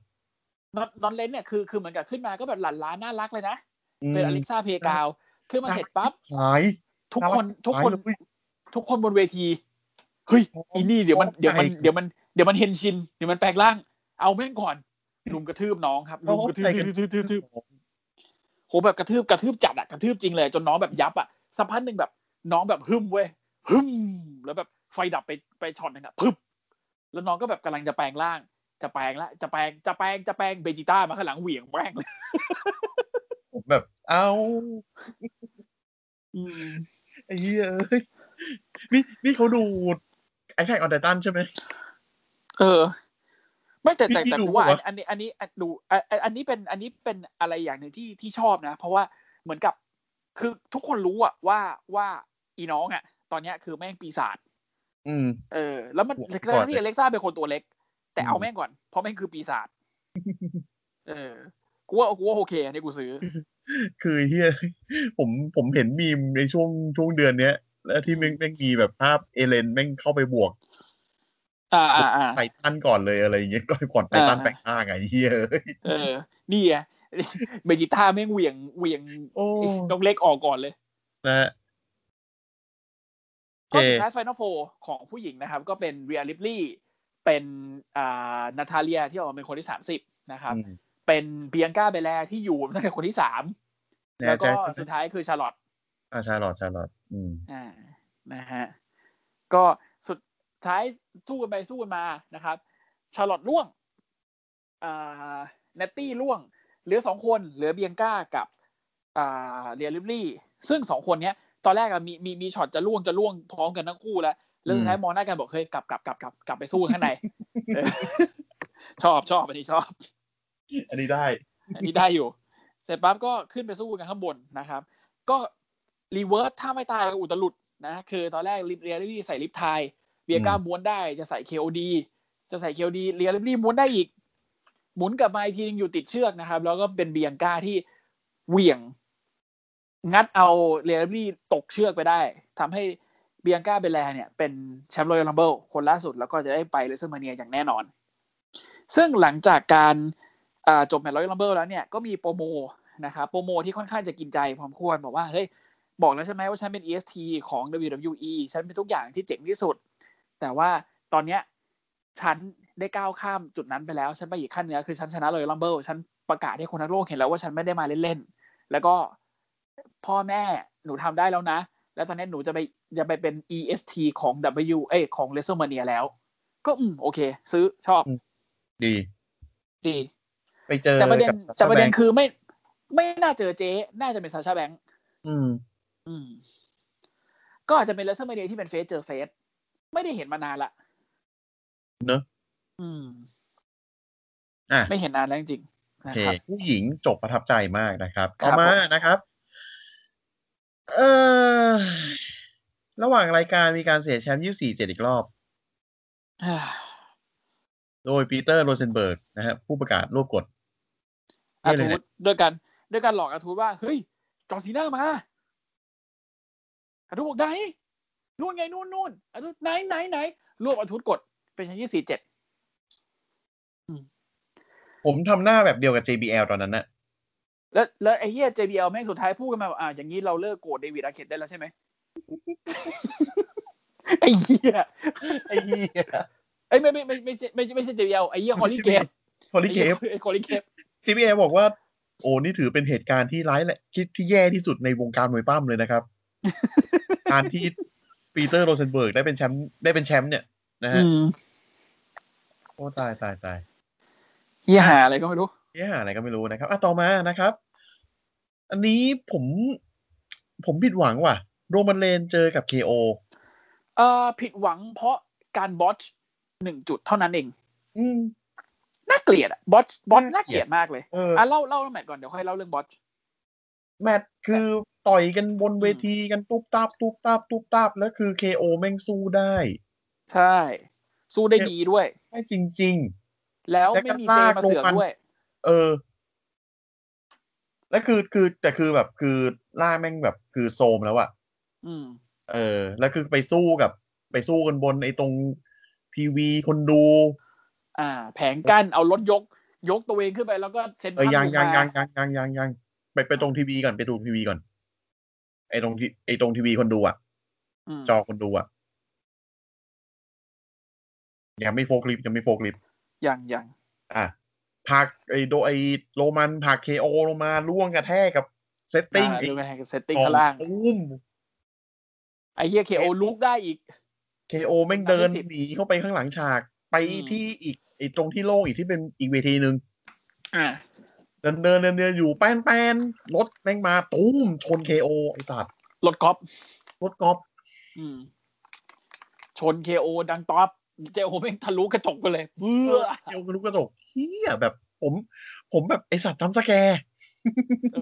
Speaker 2: นอนนอนเลนเนี่ยคือคือเหมือนกับขึ้นมาก็แบบหลั่นล้านน่ารักเลยนะ
Speaker 3: อืม
Speaker 2: เป็นอเล็กซ่าเพกาวขึ้นมาเสร็จปั๊บ
Speaker 3: หาย
Speaker 2: ทุกคนทุกคน
Speaker 3: หายเลย
Speaker 2: ทุกคนบนเวที เฮ้ย
Speaker 3: โอ้โห
Speaker 2: อีนี่เดี๋ยวมันเดี๋ยวมัน
Speaker 3: ไก่
Speaker 2: เดี๋ยวมันเดี๋ยวมันเห็นชิน เดี๋ยวมันแปลงร่าง เอาแม่งก่อน ลุมกระทืบน้องครับลุมกระทืบทืบทืบทืบโหแบบกระทืบกระทืบจัดอะกระทืบจริงเลย จนน้องแบบยับอะสักพักหนึ่งแบบ น้องแบบฮึมเว้ยฮึมแล้วแบบไฟดับไปไปช็อตหนึงอะพึบแล้วน้องก็แบบกำลังจะแปลงร่าง จะแปลงละจะแปลงจะแปลงจะแปลงเบจิต้ามาข้างหลังเหวี่ยงแม่งเลย
Speaker 3: ผมแบบ เอา
Speaker 2: อืม
Speaker 3: ไอ้เหี้ยเอ้ยนี่นี่เขาดูไอ้แท็กออนไททันใช่ไหม
Speaker 2: เออ ไม่แต่แต่
Speaker 3: พี่
Speaker 2: แต่
Speaker 3: ดู
Speaker 2: ผมว่า
Speaker 3: ปะวะ
Speaker 2: อันนี้อันนี้อันดูอันอันอันนี้เป็นอันนี้เป็นอะไรอย่างหนึ่งที่ที่ชอบนะ เพราะว่าเหมือนกับคือทุกคนรู้อะว่าว่าอีน้องอะตอนเนี้ยคือแม่งปีศาจ
Speaker 3: อืม
Speaker 2: เออแล้วมัน
Speaker 3: หัวก่
Speaker 2: ทั้
Speaker 3: อน
Speaker 2: งที่
Speaker 3: เลย
Speaker 2: อเล็กซ่าเป็นคนตัวเล็ก แต่
Speaker 3: อืม
Speaker 2: เอาแม่งก่อน เพราะแม่งคือปีศา จเออกูว่ากูว่าโอเคอันนี้กูซื้อ
Speaker 3: คือเฮีย ผมผมเห็นมีมในช่วงช่วงเดือนเนี้ย แล้วที่แม่งแม่งมีแบบภาพเอเลนแม่งเข้าไปบวก
Speaker 2: อ่าอ่าอ่า
Speaker 3: ไททันก่อนเลยอะไรอย่างเงี้ยก็ ก่อนไททัน
Speaker 2: อ่า
Speaker 3: แปลงร่างไงเฮียเอ้ย
Speaker 2: เออ นี่ไง เบจิต้าแม่งเหวี่ยงเหวี่ยง
Speaker 3: โอ้
Speaker 2: น้องเล็กออกก่อนเลย
Speaker 3: นะ โอเค
Speaker 2: ก็สุดท้ายไฟนอลโฟของผู้หญิงนะครับ ก็เป็นเรียลิ p ลี่เป็นอ่านาทาเลียที่ออกมาเป็นคนที่สามสิบนะครับ
Speaker 3: อืม
Speaker 2: เป็นเบียงก้าเบแลที่อยู่ตั้งแต่คนที่สาม
Speaker 3: แน่
Speaker 2: แล้ว
Speaker 3: ใจ
Speaker 2: ก็สุดท้ายคือชาร์ลอต
Speaker 3: อ่าชาลอตชาลอตอืม
Speaker 2: อ่า นะฮะ ก็สุดท้ายสู้กันไปสู้กันมานะครับ ชาร์ลอตล่วง อ่าเนตตี้ล่วง เหลือสองคน เหลือเบียงก้ากับ อ่า เรียลิบลี่ ซึ่งสองคนเนี้ย ตอนแรกอะมี มี มีช็อตจะล่วง จะล่วงพร้อมกันทั้งคู่แล้ว แล้วสุดท้ายมองหน้ากันบอกเฮ้ยกลับกลับกลับกลับกลับไปสู้ข้างในเอ อชอบชอบอันนี้ชอบ
Speaker 3: อันนี้ได้
Speaker 2: อันนี้ได้อยู่ เสร็จปั๊บก็ขึ้นไปสู้กันข้างบนนะครับ ก็รีเวิร์สถ้าไม่ตายก็อุตลุดนะ คือตอนแรกเรียลลี่ใส่ลิปไทยเบียร์ก้าม้วนได้จะใส่เคโอดีจะใส่เคโอดีเรียลลี่ม้วนได้อีก หมุนกลับมาอีกทีนึงอยู่ติดเชือกนะครับ แล้วก็เป็นเบียงก้าที่เหวี่ยง งัดเอาเรียลลี่ตกเชือกไปได้ทำให้เบียงก้าเบลแลเนี่ยเป็นแชมป์รอยัลลัมเบิลคนล่าสุดแล้วก็จะได้ไปเลเซอร์มาเนียอย่างแน่นอน ซึ่งหลังจากการ อ่าจบแมตช์รอยัลลัมเบิลแล้วเนี่ยก็มีโปรโมนะครับโปรโมที่ค่อนข้างจะกินใจพอสมควรบอกว่า เฮ้ย บอกแล้วใช่ไหมว่าฉันเป็น EST ของ WWE ฉันเป็นทุกอย่างที่เจ๋งที่สุด แต่ว่าตอนเนี้ยฉันได้ก้าวข้ามจุดนั้นไปแล้ว ฉันไปอีกขั้นหนึงแล้วคือฉันชนะรอยัลลัมเบิลฉันประกาศให้คนทั้งโลกเห็นแล้วว่าฉันไม่ได้มาเล่นๆ แล้วก็พ่อแม่หนูทำได้แล้วนะ แล้วตอนนี้หนูจะไปจะไปเป็น EST ของ W เอ้ยของ WrestleMania แล้ว ก็อืมโอเค ซื้อชอบ
Speaker 3: อืม ดี
Speaker 2: ดี
Speaker 3: ไปเจอ
Speaker 2: แต่ประเด็น
Speaker 3: กับ Sasha
Speaker 2: แต่ประเด็น
Speaker 3: Banks
Speaker 2: คือไม่ไม่น่าเจอเจ๊ น่าจะเป็นซาชาแบงค์
Speaker 3: อืม
Speaker 2: อืม ก็อาจจะเป็นเลเซอร์เมเดียที่เป็นเฟสเจอเฟส ไม่ได้เห็นมานานละ
Speaker 3: เนอะ
Speaker 2: อืม
Speaker 3: อ่ะ
Speaker 2: ไม่เห็นนานแล้วจริงๆ
Speaker 3: โอ
Speaker 2: นะ
Speaker 3: เค
Speaker 2: ครับ
Speaker 3: ผู้หญิงจบประทับใจมากนะครับ
Speaker 2: ครับ
Speaker 3: ต่อมานะครับ เออระหว่างรายการมีการเสียแชมป์ 24 เจ็ดอีกรอบ
Speaker 2: อ่า
Speaker 3: โดยปีเตอร์โรเซนเบิร์กนะฮะผู้ประกาศรวบกฎ
Speaker 2: อาทูตด้วยกัน ด้วยการหลอกอาทูตว่า เฮ้ย จอร์นซีน่ามา อาทูตบอกไหนนู่นไงนู่นนู่นอาทูตไหนไหนไหนรวบอาทูตกด เป็นชั้นยี่สี่เจ็ด
Speaker 3: ผมทำหน้าแบบเดียวกับ JBL ตอนนั้นนะ
Speaker 2: แล้วแล้วไอ้เหี้ย JBL แม่งสุดท้ายพูดกันมาว่าอ่า อย่างนี้เราเลิกโกรธเดวิดอาร์เคตได้แล้วใช่ไหม ไอ้เหี้ย
Speaker 3: ไอ้เหี้ย
Speaker 2: เอ้ยไม่ไม่ไม่ไม่ใช่ไม่ใช่ไม่ใช่เดียวไอ้เหี้ยคอลลี่เกฟ
Speaker 3: ฮอลลีเกฟ
Speaker 2: ไอ้คอลลี่เกฟ
Speaker 3: JBL บอกว่า โอ้นี่ถือเป็นเหตุการณ์ที่ร้ายและคิดที่แย่ที่สุดในวงการมวยปั้มเลยนะครับ การที่ปีเตอร์โรเซนเบิร์กได้เป็นแชมป์ได้เป็นแชมป์เนี่ยนะฮะ
Speaker 2: อืม
Speaker 3: โอ้ตายตายตาย
Speaker 2: เฮียหาอะไรก็ไม่รู้
Speaker 3: เนี่ยอะไรก็ไม่รู้นะครับอ่ะต่อมานะครับ อันนี้ผมผมผิดหวังว่ะ โรมันเลนเจอกับ KO
Speaker 2: เอ่อผิดหวังเพราะการบอทหนึ่งจุดเท่านั้นเอง
Speaker 3: อืม
Speaker 2: น่าเกลียดอะบอทบอทน่าเกลียดมากเลย
Speaker 3: เออ
Speaker 2: อ่ะเล่าเล่าเรื่องแมตช์ก่อนเดี๋ยวค่อยเล่าเรื่องบอท
Speaker 3: แมตช์คือต่อยกันบนเวทีกันตุ๊บตาบตุ๊บตาบตุ๊บตาบแล้วคือ KO แม่งสู้ได้
Speaker 2: ใช่ สู้ได้ดีด้วย
Speaker 3: ได้จริง
Speaker 2: แล้ว
Speaker 3: แล้วก็
Speaker 2: ไม่มีเจ
Speaker 3: ลาก
Speaker 2: มาเสือก
Speaker 3: ลงมัน
Speaker 2: ด้วย
Speaker 3: ๆ เออ แล้วคือคือแต่คือแบบคือล่าแม่งแบบคือโซมแล้วอะ
Speaker 2: อืม
Speaker 3: เออ แล้วคือไปสู้กับ ไปสู้กันบนไอ้ตรงทีวีคนดู
Speaker 2: อ่า แผงกั้นเอารถยก ยกตัวเองขึ้นไปแล้วก็เซ็น
Speaker 3: เออ
Speaker 2: ภาพ
Speaker 3: ยัง
Speaker 2: ล
Speaker 3: ยัง
Speaker 2: มา
Speaker 3: ยังยังยังยังยังไปไปตรงทีวีก่อนไปดูทีวีก่อน ไอ้ตรงที่ไอ้ตรงทีวีคนดูอะ
Speaker 2: ม
Speaker 3: จอคนดูอะยังไม่โฟกลิปยังไม่โฟกลิป
Speaker 2: ยังยัง
Speaker 3: อ่ะผลักไอโดไอโรมันผลักเคโอลงมาล่วงกระแทกกับเซตติ้ง
Speaker 2: อ่า
Speaker 3: ไอ้
Speaker 2: ดูกันแฮกเซตติ้งข้างล่าง
Speaker 3: อุ้ม
Speaker 2: ไอ้เฮียเคโอลุกได้อีก
Speaker 3: เคโอแม่งเดิน
Speaker 2: สามสิบ
Speaker 3: หนีเข้าไปข้างหลังฉาก ไป
Speaker 2: อืม
Speaker 3: ที่อีกไอตรงที่โล่งอีกที่เป็นอีกเวทีหนึ่ง
Speaker 2: อ่า
Speaker 3: เดินเดินเดินเดินอยู่แป้นแป้นรถแม่งมาตุ้มชนเคโอไอสัตว์
Speaker 2: รถกอล์ฟ
Speaker 3: รถกอล์ฟ
Speaker 2: อืม ชนเคโอดังต๊อปเจโอแม่งทะลุกระจกไปเลยเบื่
Speaker 3: เอ
Speaker 2: อ
Speaker 3: อเดียวกันลูกกระจกเฮียแบบผม ผมแบบไอสัตว์ทำสแกร์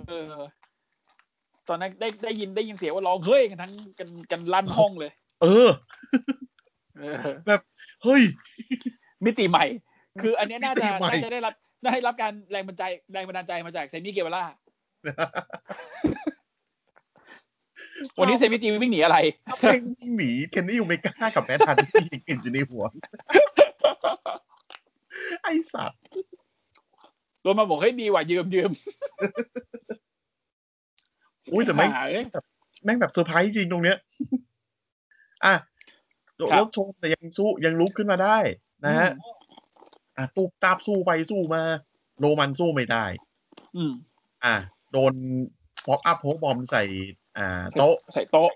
Speaker 2: เออ ตอนนั้นได้ได้ยินได้ยินเสียงว่าร้องเฮ้ยกันทั้งกันกันลั่นห้องเลย
Speaker 3: เออ
Speaker 2: เออ
Speaker 3: เฮ้ย
Speaker 2: มิติใหม่ คืออันเนี้ยน่า
Speaker 3: มิ
Speaker 2: จะ
Speaker 3: ติใหม่
Speaker 2: น่าจะได้รับได้รับการแรงบันใจแรงบันดาลใจมาจากเซมิเกเวล่า วันนี้เซมิจีวิ่งหนีอะไร
Speaker 3: ถ้าแม่งวิ่งหนีเคนนี่ยูเมกากับแมทฮันนี่กลิ่นอยู่ในหัว ไอสัตว์
Speaker 2: รถมาบอกเฮ้ยดีกว่ายืมยืม
Speaker 3: อุ้ยแต่แม่ง
Speaker 2: หาเอ้ย
Speaker 3: แม่งแบบเซอร์ไพรส์จริงตรงเนี้ย อ่ะ
Speaker 2: ครับ
Speaker 3: แล้วชนแต่ยังสู้ยังลุกขึ้นมาได้นะฮะอ่ะตูบตาบสู้ไปสู้มา โรมันสู้ไม่ได้
Speaker 2: อืม
Speaker 3: อ่ะโดนพอกอัพโฮกบอมใส่ อ่า โต๊ะ
Speaker 2: ใส่โต๊ะ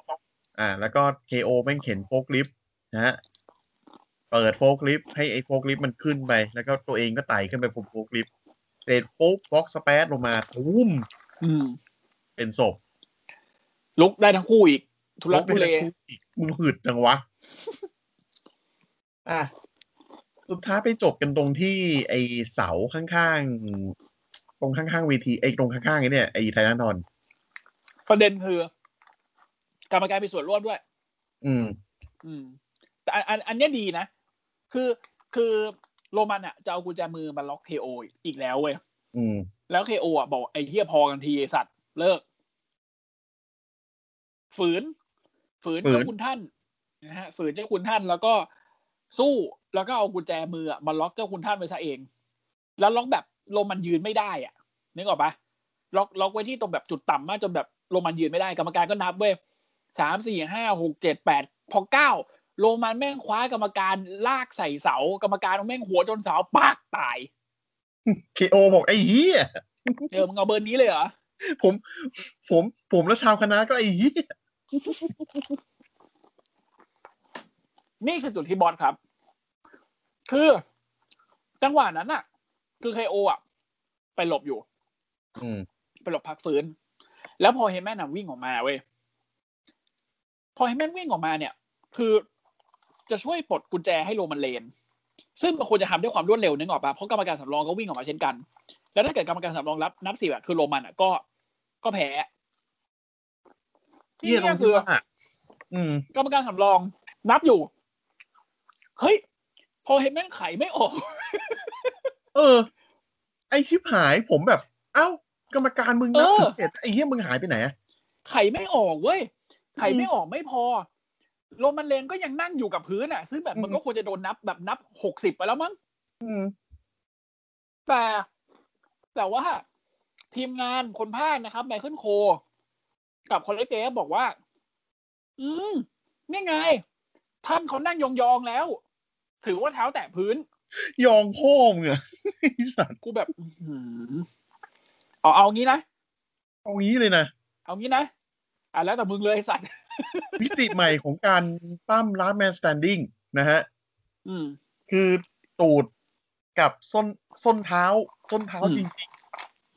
Speaker 3: อ่า แล้วก็เคโอแม่งเข็นโฟกลิฟต์นะฮะเปิดโฟกลิฟต์ให้ไอ้โฟกลิฟต์มันขึ้นไป แล้วก็ตัวเองก็ไต่ขึ้นไปบนโฟกลิฟต์เสร็จปุ๊บฟ็อกสเปซลงมาทุ่ม
Speaker 2: อืม
Speaker 3: เป็นศพ
Speaker 2: ลุกได้ทั้งคู่อีก ทุลักทุเล
Speaker 3: ฟอกอีกมึงหืดจังวะ อ่ะสุดท้ายไปจบกันตรงที่ไอ้เสาข้างๆ ตรงข้างๆเวทีไอ้ตรงข้างๆไอ้เนี่ยไอ้ไททันทอน
Speaker 2: ประเด็นคือกรรมการมีส่วนร่วมด้วย
Speaker 3: อืม
Speaker 2: อืม แต่อันอันอันเนี้ยดีนะ คือคือโรมันอ่ะ จะเอากุญแจมือมาล็อกเคโออีกแล้วเว้ย
Speaker 3: อืม
Speaker 2: แล้วเคโออ่ะบอกไอ้เหี้ยพอกันทีไอ้สัตว์เลิก ฝืน ฝืน
Speaker 3: ฝืน
Speaker 2: เจ้าคุณท่านนะฮะ ฝืนเจ้าคุณท่านแล้วก็สู้แล้วก็เอากุญแจมืออ่ะมาล็อกเจ้าคุณท่านไว้ซะเอง แล้วล็อกแบบลมมันยืนไม่ได้อ่ะนึกออกปะล็อกล็อกไว้ที่ตรงแบบจุดต่ำมากจนแบบลมมันยืนไม่ได้กรรมการก็นับเว้ยสามสี่ห้าหกเจ็ดแปดพอเก้าโรมันแม่งคว้ากรรมการลากใส่เสา กรรมการแม่งหัวจนเสาปักตาย
Speaker 3: เคโอบอกไอ้เหี้ย
Speaker 2: เออมึงเอาเบอร์นี้เลยเหรอ
Speaker 3: ผมผมผมและชาวคณะก็ไอ้เหี้ย
Speaker 2: นี่คือจุดที่บอสครับ คือ จังหวะนั้นน่ะ คือไคโออ่ะ ไปหลบอยู่
Speaker 3: อืม
Speaker 2: ไปหลบพักฟื้น แล้วพอเฮมแมนน่ะวิ่งออกมาเว้ย พอเฮมแมนวิ่งออกมาเนี่ย คือจะช่วยปลดกุญแจให้โรมันเลน ซึ่งมันควรจะทำด้วยความรวดเร็วนึกออกปะเพราะกรรมการสำรองก็วิ่งออกมาเช่นกัน แล้วถ้าเกิดกรรมการสำรองรับนับสิบอะคือโรมันอ่ะก็ก็แพ้
Speaker 3: เหี้ยตรง
Speaker 2: คื
Speaker 3: ที่
Speaker 2: อ
Speaker 3: ว่าอืม
Speaker 2: กรรมการสำรองนับอยู่ เฮ้ย พอเห็นแม่งไขไม่ออก
Speaker 3: เออ ไอชิบหายผมแบบ เอ้า กรรมการมึงนับ
Speaker 2: เออ
Speaker 3: ถึงเสร็จไอเหี้ยมึงหายไปไหนอะ
Speaker 2: ไขไม่ออกเว้ย ไขไม่ออกไม่พอ โรมันเลนก็ยังนั่งอยู่กับพื้นอ่ะ ซึ่งแบบมัน
Speaker 3: อืม
Speaker 2: ก็ควรจะโดนนับแบบนับหกสิบไปแล้วมั้ง
Speaker 3: อืม
Speaker 2: แต่ แต่ว่าทีมงานคนภาคนะครับไมเคิลโค กับคนเลกเกฟบอกว่า อืม นี่ไง ท่านเขานั่งยองๆแล้ว ถือว่าเท้าแตะพื้น
Speaker 3: ยองพ่อมึงอะ ไอ้สัตว์
Speaker 2: กูแบบ อื้อหือเอาเอางี้นะ
Speaker 3: เอางี้เลยนะ
Speaker 2: เอางี้นะ อ่ะแล้วแต่มึงเลยไอ้สัตว์
Speaker 3: มิติใหม่ของการปั้มล้าแมนสแตนดิ้งนะฮะ
Speaker 2: อืม
Speaker 3: คือตูดกับส้นส้นเท้า ส้นเท้า
Speaker 2: อืม
Speaker 3: จริง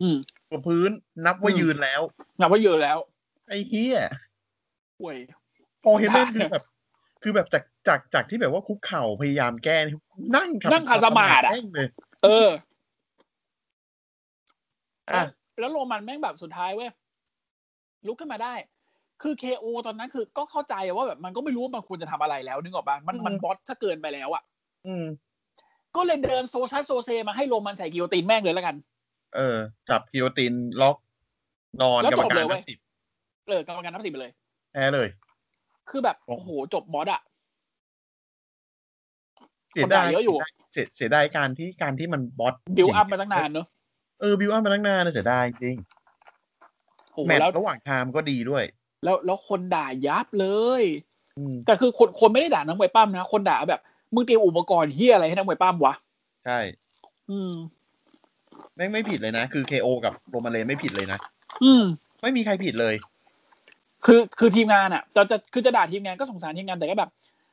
Speaker 2: อืม
Speaker 3: ๆกับพื้นนับว่า
Speaker 2: อืม
Speaker 3: ยืนแล้ว
Speaker 2: นับว่าเยอะแล้ว
Speaker 3: ไอ้เฮีย
Speaker 2: ป่วย
Speaker 3: พอเห็นมันคือแบบ คือแบบจากจากจากที่แบบว่าคุกเข่าพยายามแก้นี่นั่งขัด
Speaker 2: นั่งขัดสมาธิอะ
Speaker 3: แม่งเลย
Speaker 2: เออ
Speaker 3: อ่ะ
Speaker 2: แล้วโรมันแม่งแบบสุดท้ายเว้ยลุกขึ้นมาได้ คือเคโอตอนนั้นคือก็เข้าใจว่าแบบมันก็ไม่รู้ว่ามันควรจะทำอะไรแล้วนึกออกปะมันมันบอสซะเกินไปแล้วอ่ะ
Speaker 3: อืม
Speaker 2: ก็เลยเดินโซซัสโซเซมาให้โรมันใส่กิโยตินแม่งเลยแล้วกัน
Speaker 3: เออ จับกิโยตินล็อก นอน
Speaker 2: แล้ว
Speaker 3: กรรม
Speaker 2: จบ
Speaker 3: กา
Speaker 2: เล
Speaker 3: ร
Speaker 2: ยเว้
Speaker 3: นั
Speaker 2: ย
Speaker 3: บสิบ
Speaker 2: เออกรรมการนับสิบไปเลย
Speaker 3: แพ้เลย
Speaker 2: คือแบบ
Speaker 3: โอ้
Speaker 2: โอ้โหจบบอสอ่ะ
Speaker 3: เสีย
Speaker 2: คนด่า
Speaker 3: ดาย
Speaker 2: เยอะอยู่
Speaker 3: เสียเสียดายการที่การที่มันบอส
Speaker 2: บิวอัพมาตั้งนานเนอะ
Speaker 3: เออบิวอัพมาตั้งนานนะเสียดายจริง
Speaker 2: โอ้โห
Speaker 3: แมต
Speaker 2: แล้ว
Speaker 3: ช์ระหว่างทางก็ดีด้วย
Speaker 2: แล้วแล้วคนด่ายับเลย
Speaker 3: อืม
Speaker 2: แต่คือคนคนไม่ได้ด่านักมวยปั้มนะ คนด่าแบบมึงเตรียมอุปกรณ์เฮียอะไรให้นักมวยปั้มวะ
Speaker 3: ใช่
Speaker 2: อืม
Speaker 3: แม่งไม่ผิดเลยนะ คือ KO กับโรมาเลนไม่ผิดเลยนะ
Speaker 2: อืม
Speaker 3: ไม่มีใครผิดเลย
Speaker 2: คือคือทีมงานอ่ะจะจะคือจะด่าทีมงานก็สงสารทีมงานแต่ก็แบบ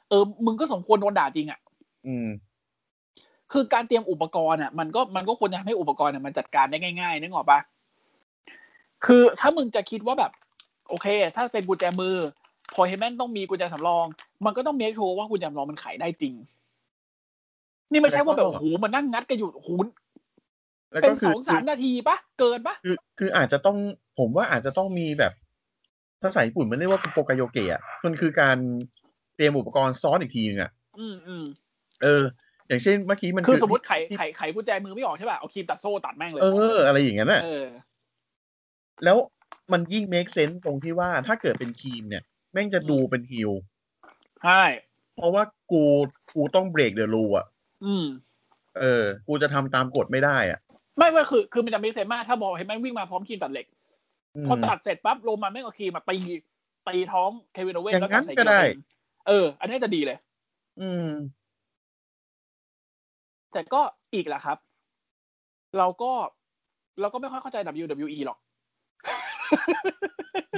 Speaker 2: เออมึงก็สมควรโดนด่าจริงอ่ะ
Speaker 3: อืม
Speaker 2: คือการเตรียมอุปกรณ์อ่ะ มันก็มันก็ควรจะทำให้อุปกรณ์อ่ะมันจัดการได้ง่ายๆนึกออกปะคือถ้ามึงจะคิดว่าแบบ โอเค ถ้าเป็นกุญแจมือ พอเฮมแมนต้องมีกุญแจสำรอง มันก็ต้องเมคชัวร์ว่ากุญแจสำรองมันไขได้จริง นี่ไม่ใช่ว่าแบบโอ้โหมันนั่งงัดกันอยู่โอ้โห
Speaker 3: แล้ว
Speaker 2: เป็
Speaker 3: ก็
Speaker 2: น
Speaker 3: คื
Speaker 2: ส
Speaker 3: อ
Speaker 2: องสามนาทีปะเกินปะ
Speaker 3: คือคืออาจจะต้องผมว่าอาจจะต้องมีแบบภาษาญี่ปุ่นมันเรียกว่าโปกายโยเกะอะมันคือการเตรียมอุปกรณ์ซ้อนอีกทีนึงอะ
Speaker 2: อืมอืม
Speaker 3: เออ อย่างเช่นเมื่อกี้มัน
Speaker 2: คือสมมติไขไขไขกุญแจมือไม่ออกใช่ปะเอาครีมตัดโซ่ตัดแม่งเลย
Speaker 3: เออ อะไรอย่างนั้นอะ
Speaker 2: เออ
Speaker 3: แล้วมันยิ่ง make sense ตรงที่ว่าถ้าเกิดเป็นทีมเนี่ย แม่งจะดูเป็นฮิล
Speaker 2: ใช่
Speaker 3: เพราะว่ากูกูต้องเบรกเดอะรูอ่ะ
Speaker 2: อืม
Speaker 3: เออ กูจะทำตามกฎไม่ได้อ่ะ
Speaker 2: ไม่ไม่คือคือมันจะมีเซมาถ้าบอกเห็นไหมวิ่งมาพร้อมครีมตัดเหล็ก
Speaker 3: อื
Speaker 2: พ
Speaker 3: ม
Speaker 2: อตัดเสร็จปั๊บโรมันไม่งเอาครีมมาตีตีท้องเควินโอเว่น
Speaker 3: อย่าง
Speaker 2: แล้ว
Speaker 3: นั้
Speaker 2: ก็
Speaker 3: น
Speaker 2: ใส่
Speaker 3: ก็
Speaker 2: เกีย
Speaker 3: ได้
Speaker 2: ร์เออ อันนี้จะดีเลย
Speaker 3: อืม
Speaker 2: แต่ก็อีกแหละครับ เราก็เราก็ไม่ค่อยเข้าใจ WWE หรอก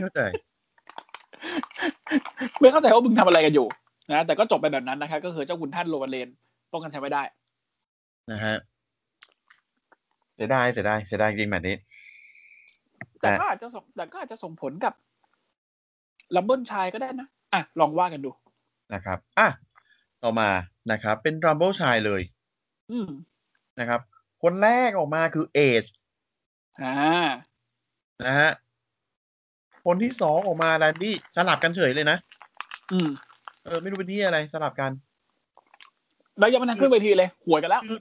Speaker 3: เข้าใจ
Speaker 2: ไม่เข้าใจว่ามึงทำอะไรกันอยู่นะแต่ก็จบไปแบบนั้นนะครับก็คือเจ้าคุณท่านโรวันเลนป้องกันแชมป์ไม่ได้
Speaker 3: นะฮะ เสียดายเสียดายเสียดายจริงแบบนี้
Speaker 2: แต่
Speaker 3: แต่
Speaker 2: ก็อาจจะส่งแต่ก็อาจจะส่งผลกับลัมเบิลชายก็ได้นะอ่ะลองว่ากันดู
Speaker 3: นะครับ อ่ะ ต่อมานะครับ เป็นรัมเบิลชายเลย
Speaker 2: อืม
Speaker 3: นะครับ คนแรกออกมาคือเอจ
Speaker 2: อ่า
Speaker 3: นะฮะ คนที่สองออกมาแลนดี้สลับกันเฉยเลยนะ
Speaker 2: อืม
Speaker 3: เออ ไม่รู้เป็นที่อะไรสลับกัน
Speaker 2: แล้วยังไมันทันขึ้นเวทีเลยหวยกันแล้ว
Speaker 3: คือ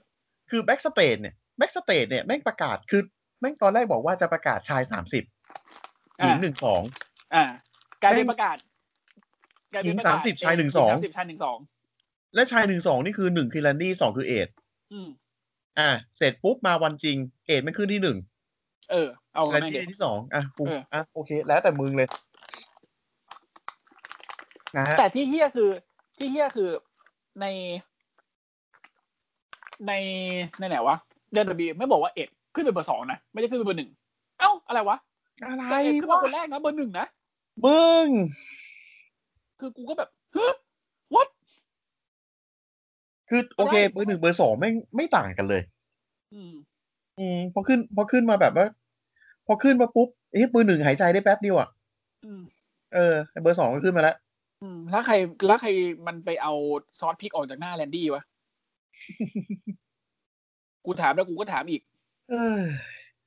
Speaker 3: คือแบ็กสเตจเนี่ยแบ็กสเตจเนี่ยแม่งประกาศคือแม่งตอนแรกบอกว่าจะประกาศชายสามสิบหญิงหนึ่งสอง
Speaker 2: อ่ากลายเป็นประกาศกลยเป็นประกศ
Speaker 3: หญิง30ชาย12
Speaker 2: หญิงสามสิบชายหนึ่งสอง
Speaker 3: และชายหนึ่งสองนี่คือหนึ่งคือแลนดี้สองคือเอด
Speaker 2: อืม
Speaker 3: อ่ะเสร็จปุ๊บมาวันจริง เอดมันขึ้นที่หนึ่ง
Speaker 2: เออ เอา
Speaker 3: แลน
Speaker 2: แม่ง
Speaker 3: ดี้
Speaker 2: ดิ
Speaker 3: ที่สองอ่ะกู
Speaker 2: เอออ่
Speaker 3: อ่ะโอเค แล้วแต่มึงเลยนะฮะ
Speaker 2: แต่ที่เฮี้ยคือ ที่เฮี้ยคือใน ในในไหนวะเดนบีไม่บอกว่าเอ็ดขึ้นเป็นเบอร์สองนะ ไม่ได้ขึ้นเป็นเบอร์หนึ่งเอ้า อะไรวะ
Speaker 3: อะไร
Speaker 2: แต่เอ็ดขึ้นมาว
Speaker 3: ะ
Speaker 2: คนแรกนะเบอร์หนึ่งนะ
Speaker 3: มึง
Speaker 2: คือกูก็แบบเฮ้ย what
Speaker 3: คือโอเคเบอร์หนึ่งเบอร์สองไม่งไม่ต่างกันเลย
Speaker 2: อืม
Speaker 3: อืมพอขึ้น พอขึ้นมาแบบว่า พอขึ้นมาปุ๊บเอ๊ะเบอร์หนึ่งหายใจได้แป๊บเดียวอ่ะ
Speaker 2: อืม
Speaker 3: เออไอ้เบอร์สองก็ขึ้นมาแล้ว
Speaker 2: อืม แล้วใคร แล้วใครมันไปเอาซอสพริกออกจากหน้าแลนดี้วะ กูถามแล้วกูก็ถามอีก
Speaker 3: เออ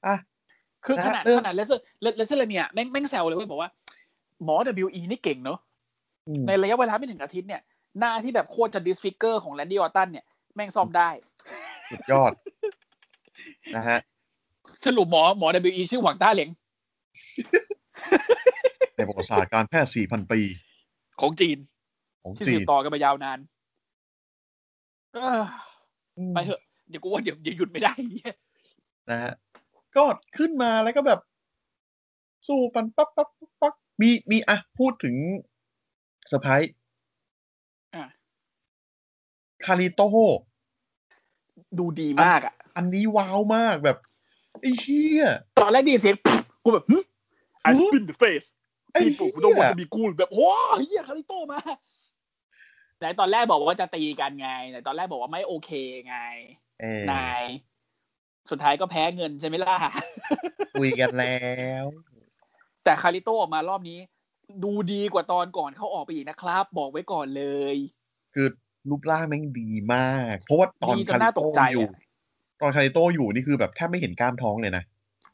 Speaker 3: อ่ะ
Speaker 2: คือ
Speaker 3: นะ
Speaker 2: ข
Speaker 3: ฮะ
Speaker 2: นาด
Speaker 3: เรื่อง
Speaker 2: ขนาดเลเซอร์เลเซอร์เนียแม่งแม่งแซวเลยเว้ยบอกว่า หมอ WE นี่เก่งเนอะ
Speaker 3: อืม
Speaker 2: ในระยะเวลาไม่ถึงอาทิตย์เนี่ย หน้าที่แบบโคตรจะดิสฟิกเกอร์ของแลนดี้ออตันเนี่ย แม่งซ่อมได้
Speaker 3: สุดยอด นะฮะ
Speaker 2: สรุปหมอหมอ WE ชื่อหวังต้าเหลง
Speaker 3: ในประวัติศาสตร์การแพทย์ 4,000 ปี
Speaker 2: ของจีน
Speaker 3: ของ
Speaker 2: ที่สื
Speaker 3: จี
Speaker 2: บ
Speaker 3: น
Speaker 2: ต่อกันมายาวนานเอ้อไปเถ
Speaker 3: ม
Speaker 2: อะ เดี๋ยวกูว่าเดี๋ยวเดี๋ยวหยุดไม่ได้ไอ้เหี้ย
Speaker 3: นะฮะก็ขึ้นมาแล้วก็แบบ สู้ปันปั๊บปั๊บปั๊บปั๊บมีมีอ่ะ พูดถึงเซอร์ไพรส์
Speaker 2: อ่ะ
Speaker 3: คาริโต
Speaker 2: ดูดีมากอ่ะ
Speaker 3: อันนี้ว้าวมากแบบ ไอ้เชี่ย
Speaker 2: ตอนแรกไดีเสียง กูแบบ I spin the face
Speaker 3: ไอ้
Speaker 2: พี่ปู่กูต้องวั
Speaker 3: เหี้
Speaker 2: น
Speaker 3: ย
Speaker 2: บีกูแบบโอ้ยเฮียคาริโตมาไหนตอนแรกบอกว่าจะตีกันไงไหนตอนแรกบอกว่าไม่โอเคไง
Speaker 3: เออน
Speaker 2: าย สุดท้ายก็แพ้เงินใช่ไหมล่ะ
Speaker 3: คุยกันแล้ว
Speaker 2: แต่คาริโตออกมารอบนี้ ดูดีกว่าตอนก่อนเขาออกไปอีกนะครับ บอกไว้ก่อนเลย
Speaker 3: คือรูปร่างแม่งดีมาก เพราะว่าตอน
Speaker 2: ดีจ
Speaker 3: คาน ริ
Speaker 2: น่าต
Speaker 3: โต
Speaker 2: กใจ
Speaker 3: อยู่
Speaker 2: อะ
Speaker 3: ตอนคาริโตอยู่นี่คือแบบแทบไม่เห็นกล้ามท้องเลยนะ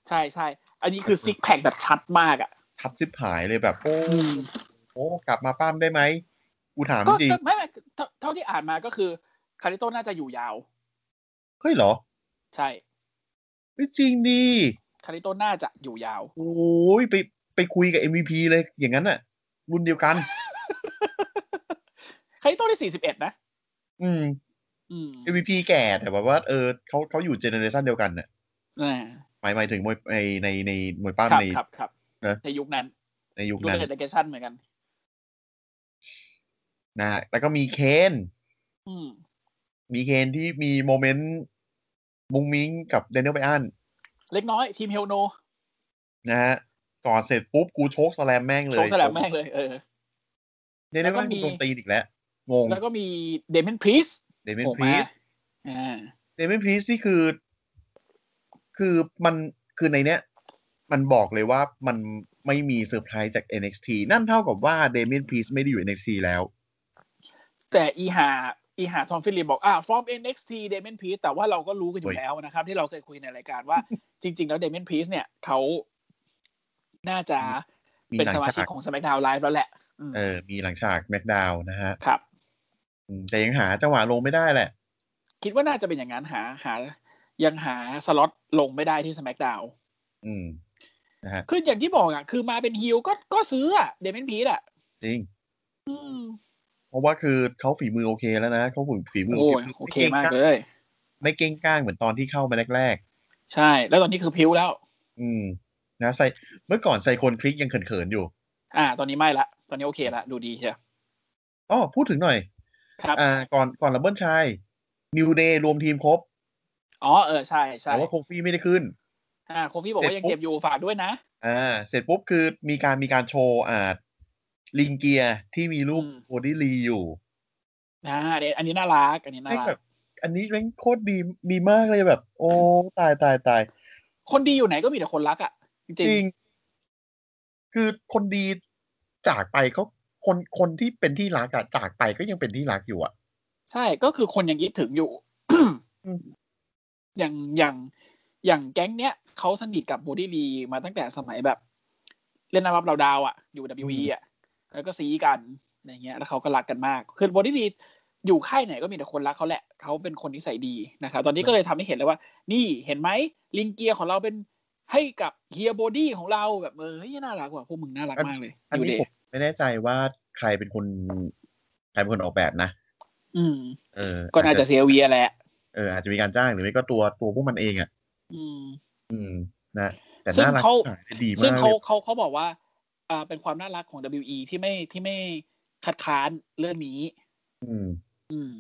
Speaker 2: ใช่ใช่อันนี้คือซิกแพคแบบชัดมากอ่ะ
Speaker 3: ทับซิบหายเลยแบบโอ้
Speaker 2: อืม
Speaker 3: โอ้กลับมาปั้มได้ไหมกูถาม
Speaker 2: ก็
Speaker 3: จริง
Speaker 2: แต่ไม่ไม่เท่าเท่าที่อ่านมาก็คือ คาริโตน่าจะอยู่ยาว
Speaker 3: เฮ้ยเหรอ
Speaker 2: ใช่
Speaker 3: ไม่จริงดิ
Speaker 2: คาริโตน่าจะอยู่ยาว
Speaker 3: โอ้ยไปไปคุยกับ MVP เลยอย่างนั้นน่ะ รุ่นเดียวกัน
Speaker 2: คาริโตได้สี่สิบเอ็ดนะ
Speaker 3: อืม
Speaker 2: อืม
Speaker 3: MVP แก่แต่แบบว่าเออเขาเขาอยู่เจเนอเรชันเดียวกันน่ะ
Speaker 2: อ่า
Speaker 3: หมายหมายถึงมวยในในในมวยปั้ม
Speaker 2: ครับ
Speaker 3: ใน
Speaker 2: ครับครับ
Speaker 3: นะ
Speaker 2: ในยุคนั้น
Speaker 3: ในยุค
Speaker 2: ยุค
Speaker 3: นั้น
Speaker 2: เดเลเกชันเหมือนกัน
Speaker 3: นะฮะแล้วก็มีเคน
Speaker 2: อืม
Speaker 3: มีเคนที่มีโมเมนต์มุ้งมิ้งกับเดน i e l ลไบอัน
Speaker 2: เล็กน้อยทีมเฮลโน
Speaker 3: นะฮะก่อนเสร็จปุ๊บ กูโชกสแลมแม่งเล
Speaker 2: โช
Speaker 3: ย
Speaker 2: ว์สลับแม่งเลยเออ
Speaker 3: เดนเนล
Speaker 2: แล้ว
Speaker 3: ไบอัน
Speaker 2: ก็มี
Speaker 3: โดนตีนอีกแล้ว งง
Speaker 2: แล้วก็มีเดม n นพรีส
Speaker 3: เดน i e
Speaker 2: โผล่
Speaker 3: ลพรี
Speaker 2: มา
Speaker 3: ส
Speaker 2: อ่า
Speaker 3: เดน i e ลพรีสนี่คือ คือมันคือในเนี้ย มันบอกเลยว่ามันไม่มีเซอร์ไพรส์จาก NXT นั่นเท่ากับว่าเดมิ n พรีสไม่ได้อยู่ NXT แล้ว
Speaker 2: แต่อีหาอีหาทอมฟิลิปบอกอ่าฟอร์ม NXT เดม n นพรีสแต่ว่าเราก็รู้กันอยู่
Speaker 3: โอ้ย
Speaker 2: แล้วนะครับ ที่เราเคยคุยในรายการว่า จริง ๆ แล้วเดม n นพรีสเนี่ยเขาน่าจะ
Speaker 3: มี
Speaker 2: เป็น
Speaker 3: หลัง
Speaker 2: สมาชิก
Speaker 3: ฉาก
Speaker 2: ของสมัยดาวไลฟ์แล้วแหละอืม
Speaker 3: เออ มีหลังฉากแม็กดาวนะฮะ
Speaker 2: ครับ
Speaker 3: อืมแต่ยังหาจังหวะลงไม่ได้แหละ
Speaker 2: คิดว่าน่าจะเป็นอย่างนั้นหาหา ยังหาสล็อตลงไม่ได้ที่สมัยดาว
Speaker 3: อืม นะฮะ
Speaker 2: คืออย่างที่บอกอ่ะ คือมาเป็นฮิลก็ก็ซื้ออ่ะเดม n นพีดอ่ะ
Speaker 3: จริง
Speaker 2: อืม
Speaker 3: เพราะว่าคือเขาฝีมือโอเคแล้วนะเขาฝีมือ
Speaker 2: โอ้ย
Speaker 3: คือ
Speaker 2: โอเค
Speaker 3: ไ
Speaker 2: มากเลย
Speaker 3: ไม่เก้งก้างเหมือนตอนที่เข้ามาแรก
Speaker 2: ใช่ แล้วตอนนี้คือพริ้วแล้ว
Speaker 3: ๆ อืม นะใส่เมื่อก่อนไซโคนคลิกยังเขินๆอยู่
Speaker 2: อ่า ตอนนี้ไม่ละ ตอนนี้โอเคละดูดีใช่
Speaker 3: อ๋อพูดถึงหน่อย
Speaker 2: ครับ
Speaker 3: อ่า ก่อนก่อนระเบิลชายนิวเดย์รวมทีมครบ
Speaker 2: อ๋อเออใช่ใช่
Speaker 3: แต่ว่าโคฟี่ไม่ได้ขึ้น
Speaker 2: อ่าโคฟี่บอกว่ายังเจ็บอยู่ฝากด้วยนะ
Speaker 3: อ่า เสร็จปุ๊บคือมีการมีการโชว์อ่าลิงเกียร์ที่มีรูป
Speaker 2: อืม
Speaker 3: โอดิลีอยู่
Speaker 2: อ่าเดยวอันนี้น่ารัก อันนี้น่า
Speaker 3: แม่ง
Speaker 2: รั
Speaker 3: แบ
Speaker 2: ก
Speaker 3: บ อันนี้แม่งโคตรดีดีมากเลยแบบ โอ้ตายตายตาย
Speaker 2: คนดีอยู่ไหนก็มีแต่คนรักอ่ะจริ
Speaker 3: จ
Speaker 2: ง
Speaker 3: ริง คือคนดีจากไปเขาคนคนที่เป็นที่รักอะจากไปก็ยังเป็นที่รักอยู่อะ
Speaker 2: ๆใช่ก็คือคนยังคิดถึงอยู่
Speaker 3: อืม
Speaker 2: อย่างอย่างอย่างแก๊งเนี้ยเขาสนิทกับโบดี้ลีมาตั้งแต่สมัยแบบ เล่นนาวับเราดาวอะอยู่ WE อะแล้วก็ซีกันอะไรเงี้ย แล้วเขาก็รักกันมากคือโบดี้ลีอยู่ค่ายไหนก็มีแต่คนรักเขาแหละเขาเป็นคนนิสัยดีนะครับตอนนี้ก็เลยทำให้เห็นเลยว่า นี่เห็นไหมลิงเกียร์ของเราเป็นให้กับเฮียโบดี้ของเราแบบเออเฮ้ยน่ารักว่ะพวกมึงน่ารักมากเลย
Speaker 3: อัน
Speaker 2: อยู่
Speaker 3: นี้
Speaker 2: เด็
Speaker 3: ผมไม่แน่ใจว่าใครเป็นคนใครเป็นคนออกแบบนะ
Speaker 2: อืม
Speaker 3: เออ
Speaker 2: ก็น่าจะเซียเวียแหละ
Speaker 3: เอออาจจะมีการจ้างหรือไม่ก็ตัวตัวพวกมันเองอะ
Speaker 2: อืม
Speaker 3: อืม นะแต่
Speaker 2: ซึ่ง
Speaker 3: น่ารัก
Speaker 2: เขา
Speaker 3: ขายได้ดี
Speaker 2: ซึ่
Speaker 3: มาง กเล
Speaker 2: เขา
Speaker 3: ย
Speaker 2: เขาเขาบอกว่า อ่า เป็นความน่ารักของ WE ที่ไม่ที่ไม่คัดค้านเรื่องนี้
Speaker 3: อืม
Speaker 2: อืม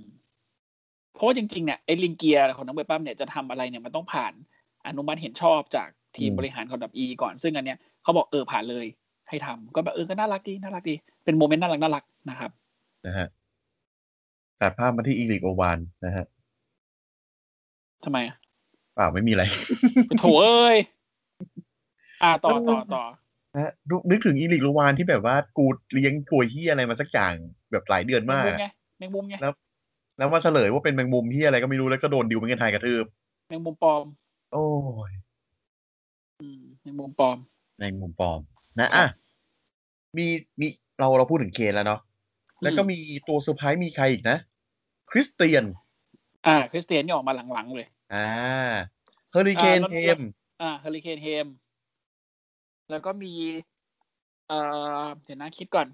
Speaker 2: เพราะว่าจริงๆ เนี่ยไอ้ลิงเกียร์ของน้องเบปั้มเนี่ยจะทำอะไรเนี่ยมันต้องผ่านอนุมัติเห็นชอบจากทีม
Speaker 3: อืม
Speaker 2: บริหารของ WE ก่อน ซึ่งอันเนี้ยเขาบอกเออผ่านเลยให้ทำก็แบบเออก็น่ารักดีน่ารักดี เป็นโมเมนต์น่ารักน่ารักนะครับ
Speaker 3: นะฮะตัดภาพมาที่อีลิกโอวานนะฮะ
Speaker 2: ทำไมอะ
Speaker 3: เปล่าไม่มีอะไร
Speaker 2: โถเอ้ย อ่า ต่อต่อต่อ
Speaker 3: นะฮะนึกนึกถึงอีลิกโอวานที่แบบว่ากูเลี้ยงทัวยี่อะไรมาสักอย่างแบบหลายเดือน
Speaker 2: แม
Speaker 3: มางก
Speaker 2: มุม
Speaker 3: อะ
Speaker 2: ไงแมงมุมไง
Speaker 3: แล้ว แล้วมาเฉลยว่าเป็นแมงมุมที่อะไรก็ไม่รู้แล้วก็โดนดิวเป็นเงินไทยกระทืบ
Speaker 2: แมงมุมปลอม
Speaker 3: โอ้ย
Speaker 2: อืมแมงมุมปลอม
Speaker 3: แมงมุมปลอม นะอ่ะมีมีเราเราพูดถึงเคนแล้วเนาะแล้วก็มีตัวเซอร์ไพรส์มีใครอีกนะ คริสเตียน
Speaker 2: อ่า คริสเตียนนี่ออกมาหลังๆเลย
Speaker 3: อ่าเฮอริเค
Speaker 2: อ่า
Speaker 3: น
Speaker 2: แล้ว
Speaker 3: เฮม
Speaker 2: อ่าเฮอริเคนเฮม แล้วก็มี เอ่อเดี๋ยวนะคิดก่อน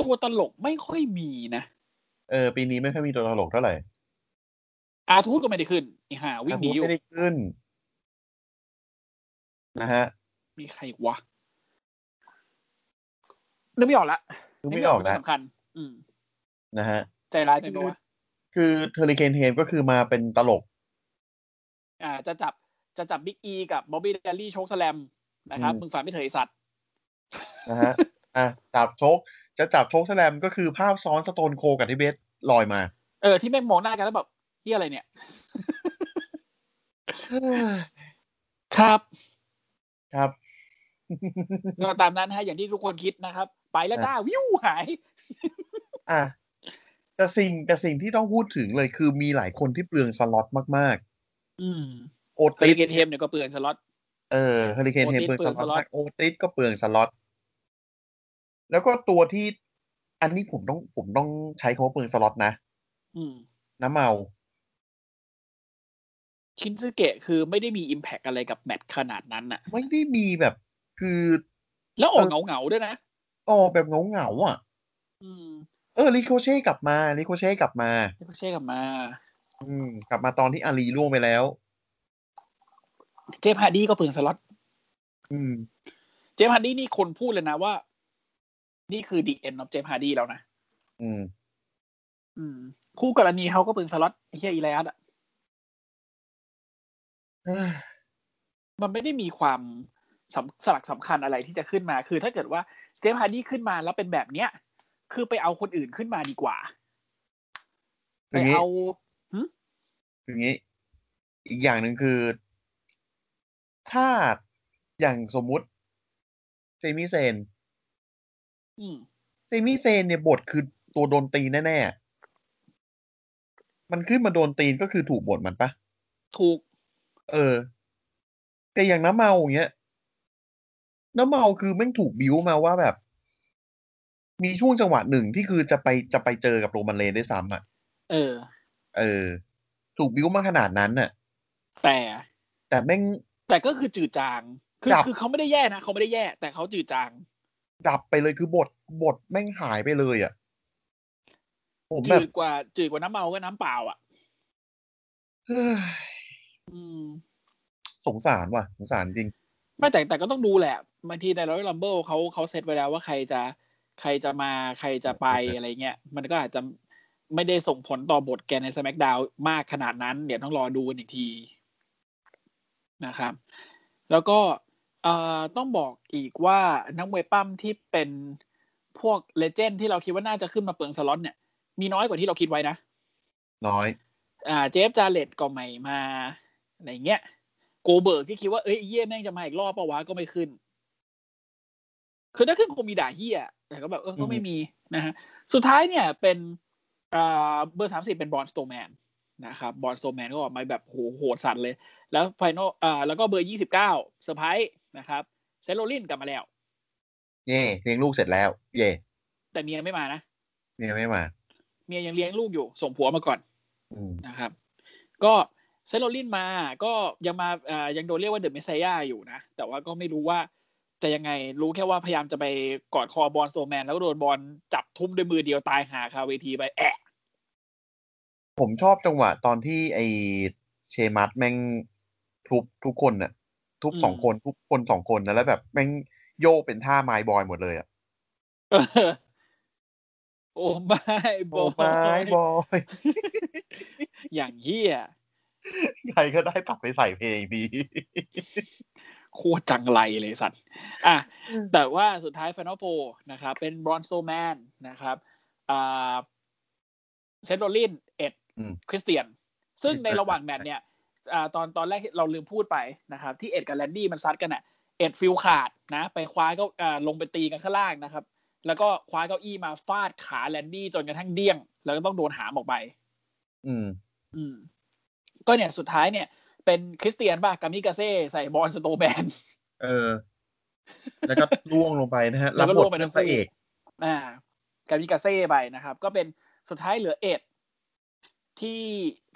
Speaker 2: ตัวตลกไม่ค่อยมีนะ
Speaker 3: เออปีนี้ไม่ค่อยมีตัวตลกเท่าไหร่
Speaker 2: อาทูตก็ไม่ได้ขึ้นอีห่าวิ่งหนีอยู่
Speaker 3: ไม่ได้ขึ้น นะฮะ
Speaker 2: มีใครอีกวะนึกไม่ออกละ
Speaker 3: คือไม่ออกนะ
Speaker 2: สำคัญ อืม
Speaker 3: นะฮะ
Speaker 2: ใจร้ายจังเลย
Speaker 3: คือเฮอริเคนเฮมก็คือมาเป็นตลก
Speaker 2: อ่า จะจับจะจับบิ๊กอีกับบ๊อบบี้เดลลี่โชคสแลมนะครับ
Speaker 3: อืม
Speaker 2: มึงฝันไม่เถยสัตว์
Speaker 3: นะ ฮะอ่ะจับชก จะจับชกแสลมก็คือภาพซ้อนสโตนโคกับทิเบตลอยมา
Speaker 2: เออที่แม่งมองหน้ากันแล้วแบบเฮียอะไรเนี่ย ครับ
Speaker 3: ครับ
Speaker 2: ก็ตามนั้นฮะอย่างที่ทุกคนคิดนะครับ ไปแล้วจ้าวิวหาย
Speaker 3: อ่ะแต่สิ่งแต่สิ่งที่ต้องพูดถึงเลยคือมีหลายคนที่เปลืองสล็อตมาก
Speaker 2: อืม
Speaker 3: ๆ โอ
Speaker 2: เฮ
Speaker 3: ติ
Speaker 2: ลิ
Speaker 3: ส
Speaker 2: เกนเทมเนี่ยก็เปลือนสล็อต
Speaker 3: เออเฮลิเคนเฮ
Speaker 2: โอ
Speaker 3: ม
Speaker 2: ติส
Speaker 3: เปลือง
Speaker 2: เปลืองส
Speaker 3: ส
Speaker 2: ล็
Speaker 3: ล็
Speaker 2: อ
Speaker 3: อ
Speaker 2: ต
Speaker 3: ตโอติสก็เปลืองสล็อต แล้วก็ตัวที่ อันนี้ผมต้องผมต้องใช้คำว่าเปลืองสล็อตนะ
Speaker 2: อืม
Speaker 3: น้ำเมา
Speaker 2: ชินซึเกะคือไม่ได้มีอิมแพกอะไรกับแมตช์ขนาดนั้นน่ะ
Speaker 3: ไม่ได้มีแบบคือ
Speaker 2: แล้วออก
Speaker 3: เออ
Speaker 2: เหงาๆด้วยนะ
Speaker 3: ออกแบบเหงาๆอ่ะ
Speaker 2: อืม
Speaker 3: เออลิโคเช่กลับมาลิโคเช่กลับมา
Speaker 2: แล้วก็เช่กลับมา
Speaker 3: อืม กลับมาตอนที่อารีล่วงไปแล้ว
Speaker 2: เจมส์ฮาร์ดีก็เปลืองสล็อต
Speaker 3: อืม
Speaker 2: เจมส์ฮาร์ดีนี่คนพูดเลยนะว่า นี่คือดีเอ็นของเจมส์ฮาร์ดีแล้วนะ
Speaker 3: อืม
Speaker 2: อืม คู่กรณีเขาก็เปลืองสล็อตไอ้เฮียอีไลอัสอะมันไม่ได้มีความสำสลักสำคัญอะไรที่จะขึ้นมา คือ ถ้าเกิดว่าเจมส์ฮาร์ดีขึ้นมาแล้วเป็นแบบเนี้ย คือไปเอาคนอื่นขึ้นมาดีกว่า
Speaker 3: อ
Speaker 2: ไป
Speaker 3: ย่างงี้
Speaker 2: เอา
Speaker 3: คืออย่างนี้ อีกอย่างหนึ่งคือ ถ้าอย่างสมมุติเซมิเซน
Speaker 2: อืม
Speaker 3: เซมิเซนเนี่ยบทคือตัวโดนตีนแน่ๆ มันขึ้นมาโดนตีนก็คือถูกบทมันปะ
Speaker 2: ถูก
Speaker 3: เออ แต่อย่างน้ำเมาอย่างเงี้ย น้ำเมาคือแม่งถูกบิวมาว่าแบบ มีช่วงจังหวะหนึ่งที่คือจะไปจะไปเจอกับโรมันเลนด้วยซ้ำอ่ะ
Speaker 2: เออ
Speaker 3: เออ ถูกบิวมาขนาดนั้นน่ะ
Speaker 2: แต่
Speaker 3: แต่แม่ง
Speaker 2: แต่ก็คือจืดจาง คือ
Speaker 3: ครับ
Speaker 2: คือเขาไม่ได้แย่นะ เขาไม่ได้แย่ แต่เขาจืดจาง
Speaker 3: ดับไปเลยคือบทบทแม่งหายไปเลยอ่ะ ผมแบ
Speaker 2: จื
Speaker 3: บ
Speaker 2: ดกว่า จืดกว่าน้ำเมาก็น้ำเปล่าอ่ะ
Speaker 3: เฮ้ย
Speaker 2: อืม
Speaker 3: สงสารว่ะ สงสารจริง
Speaker 2: ไม่แต่แต่ก็ต้องดูแหละบางทีในร้อยลัมเบิลเขาเขาเซตไว้แล้วว่าใครจะใครจะมาใครจะไปอะไรเงี้ย มันก็อาจจะไม่ได้ส่งผลต่อบทแกในส c k กดาวมากขนาดนั้น เดี๋ยวต้องรอดูกันอีกทีนะครับ แล้วก็เอ่อต้องบอกอีกว่านักมวยปั้มที่เป็นพวกเลเจนด์ที่เราคิดว่าน่าจะขึ้นมาเปลืองสล็อตเนี่ย มีน้อยกว่าที่เราคิดไว้นะ
Speaker 3: น้อย
Speaker 2: อ่าเจฟจาเลตก็ไม่มาอะไรเงี้ยโกเบิร์กที่คิดว่าเอ้ยไอ้เฮียแม่งจะมาอีกรอบปะวะก็ไม่ขึ้น คือถ้าขึ้นคงมีด่าเฮียแต่ก็แบบเออก็ไม่มีนะฮะสุดท้ายเนี่ยเป็นอ่าเบอร์สามสิบเป็นบอลสโตแมนนะครับบอลสโตแมนก็ออกมาแบบโหโหดสัตว์เลย แล้วไฟนอลอ่าแล้วก็เบอร์ยี่สิบเก้าเซอร์ไพรส์นะครับเซโรลินกลับมาแล้ว
Speaker 3: เย่เลี้ยงลูกเสร็จแล้ว เย่
Speaker 2: แต่เมียไม่มานะ
Speaker 3: เนี่ยไม่มา
Speaker 2: เมียยังเลี้ยงลูกอยู่ ส่งผัวมาก่อน
Speaker 3: อืม
Speaker 2: นะครับ ก็เซโรลินมาก็ยังมาเอ่อยังโดนเรียกว่าเดอะเมสไซยาอยู่นะ แต่ว่าก็ไม่รู้ว่าจะยังไงรู้แค่ว่าพยายามจะไปกอดคอบอลโซแมน แล้วก็โดนบอลจับทุ่มด้วยมือเดียวตายหาคาเวทีไปแอะ
Speaker 3: ผมชอบจังหวะตอนที่ไอเชมัสแม่งทุบทุกคนน่ะ ทุบสองคนทุบคนสองคนนะแล้วแบบแม่งโยกเป็นท่าไมบอยหมดเลยอ่ะ
Speaker 2: เออโอ้ไม่บ
Speaker 3: โอ้
Speaker 2: อ
Speaker 3: ไมบอย
Speaker 2: อย่างเหี้ย
Speaker 3: ใครก็ได้ตัดไปใส่เพลงดี
Speaker 2: โคตรจังไรเลยสัตว์อ่ะ แต่ว่าสุดท้ายฟนอลโพนะครับ เป็นบรอนโซแมนนะครับอ่าเซนโรลินเอ็ด
Speaker 3: อืม
Speaker 2: คริสเตียน ซึ่งใน
Speaker 3: Christian
Speaker 2: ระหว่างแมตช์เนี่ยอ่าตอนตอนแรกที่เราลืมพูดไปนะครับ ที่เอ็ดกับแลนดี้มันซัดกันอ่ะ เอ็ดฟิลขาดนะ ไปคว้าเก็ลงไปตีกันข้างล่างนะครับ แล้วก็คว้าเก้าอี้มาฟาดขาแลนดี้จนกระทั่งเดี้ยง แล้วก็ต้องโดนหามออกไป
Speaker 3: อืม
Speaker 2: อืม ก็เนี่ยสุดท้ายเนี่ย เป็นคริสเตียนป่ะกามิกาเซ่ใส่บอลสโตแบน
Speaker 3: เออ แล้วก็ล่วงลงไปนะฮะ
Speaker 2: แล้วก็
Speaker 3: บ
Speaker 2: ล่
Speaker 3: ท
Speaker 2: วงไปทั้ง
Speaker 3: เป็นพระเอก
Speaker 2: คู่ อ่ากามิกาเซ่ไปนะครับ ก็เป็นสุดท้ายเหลือเอ็ดที่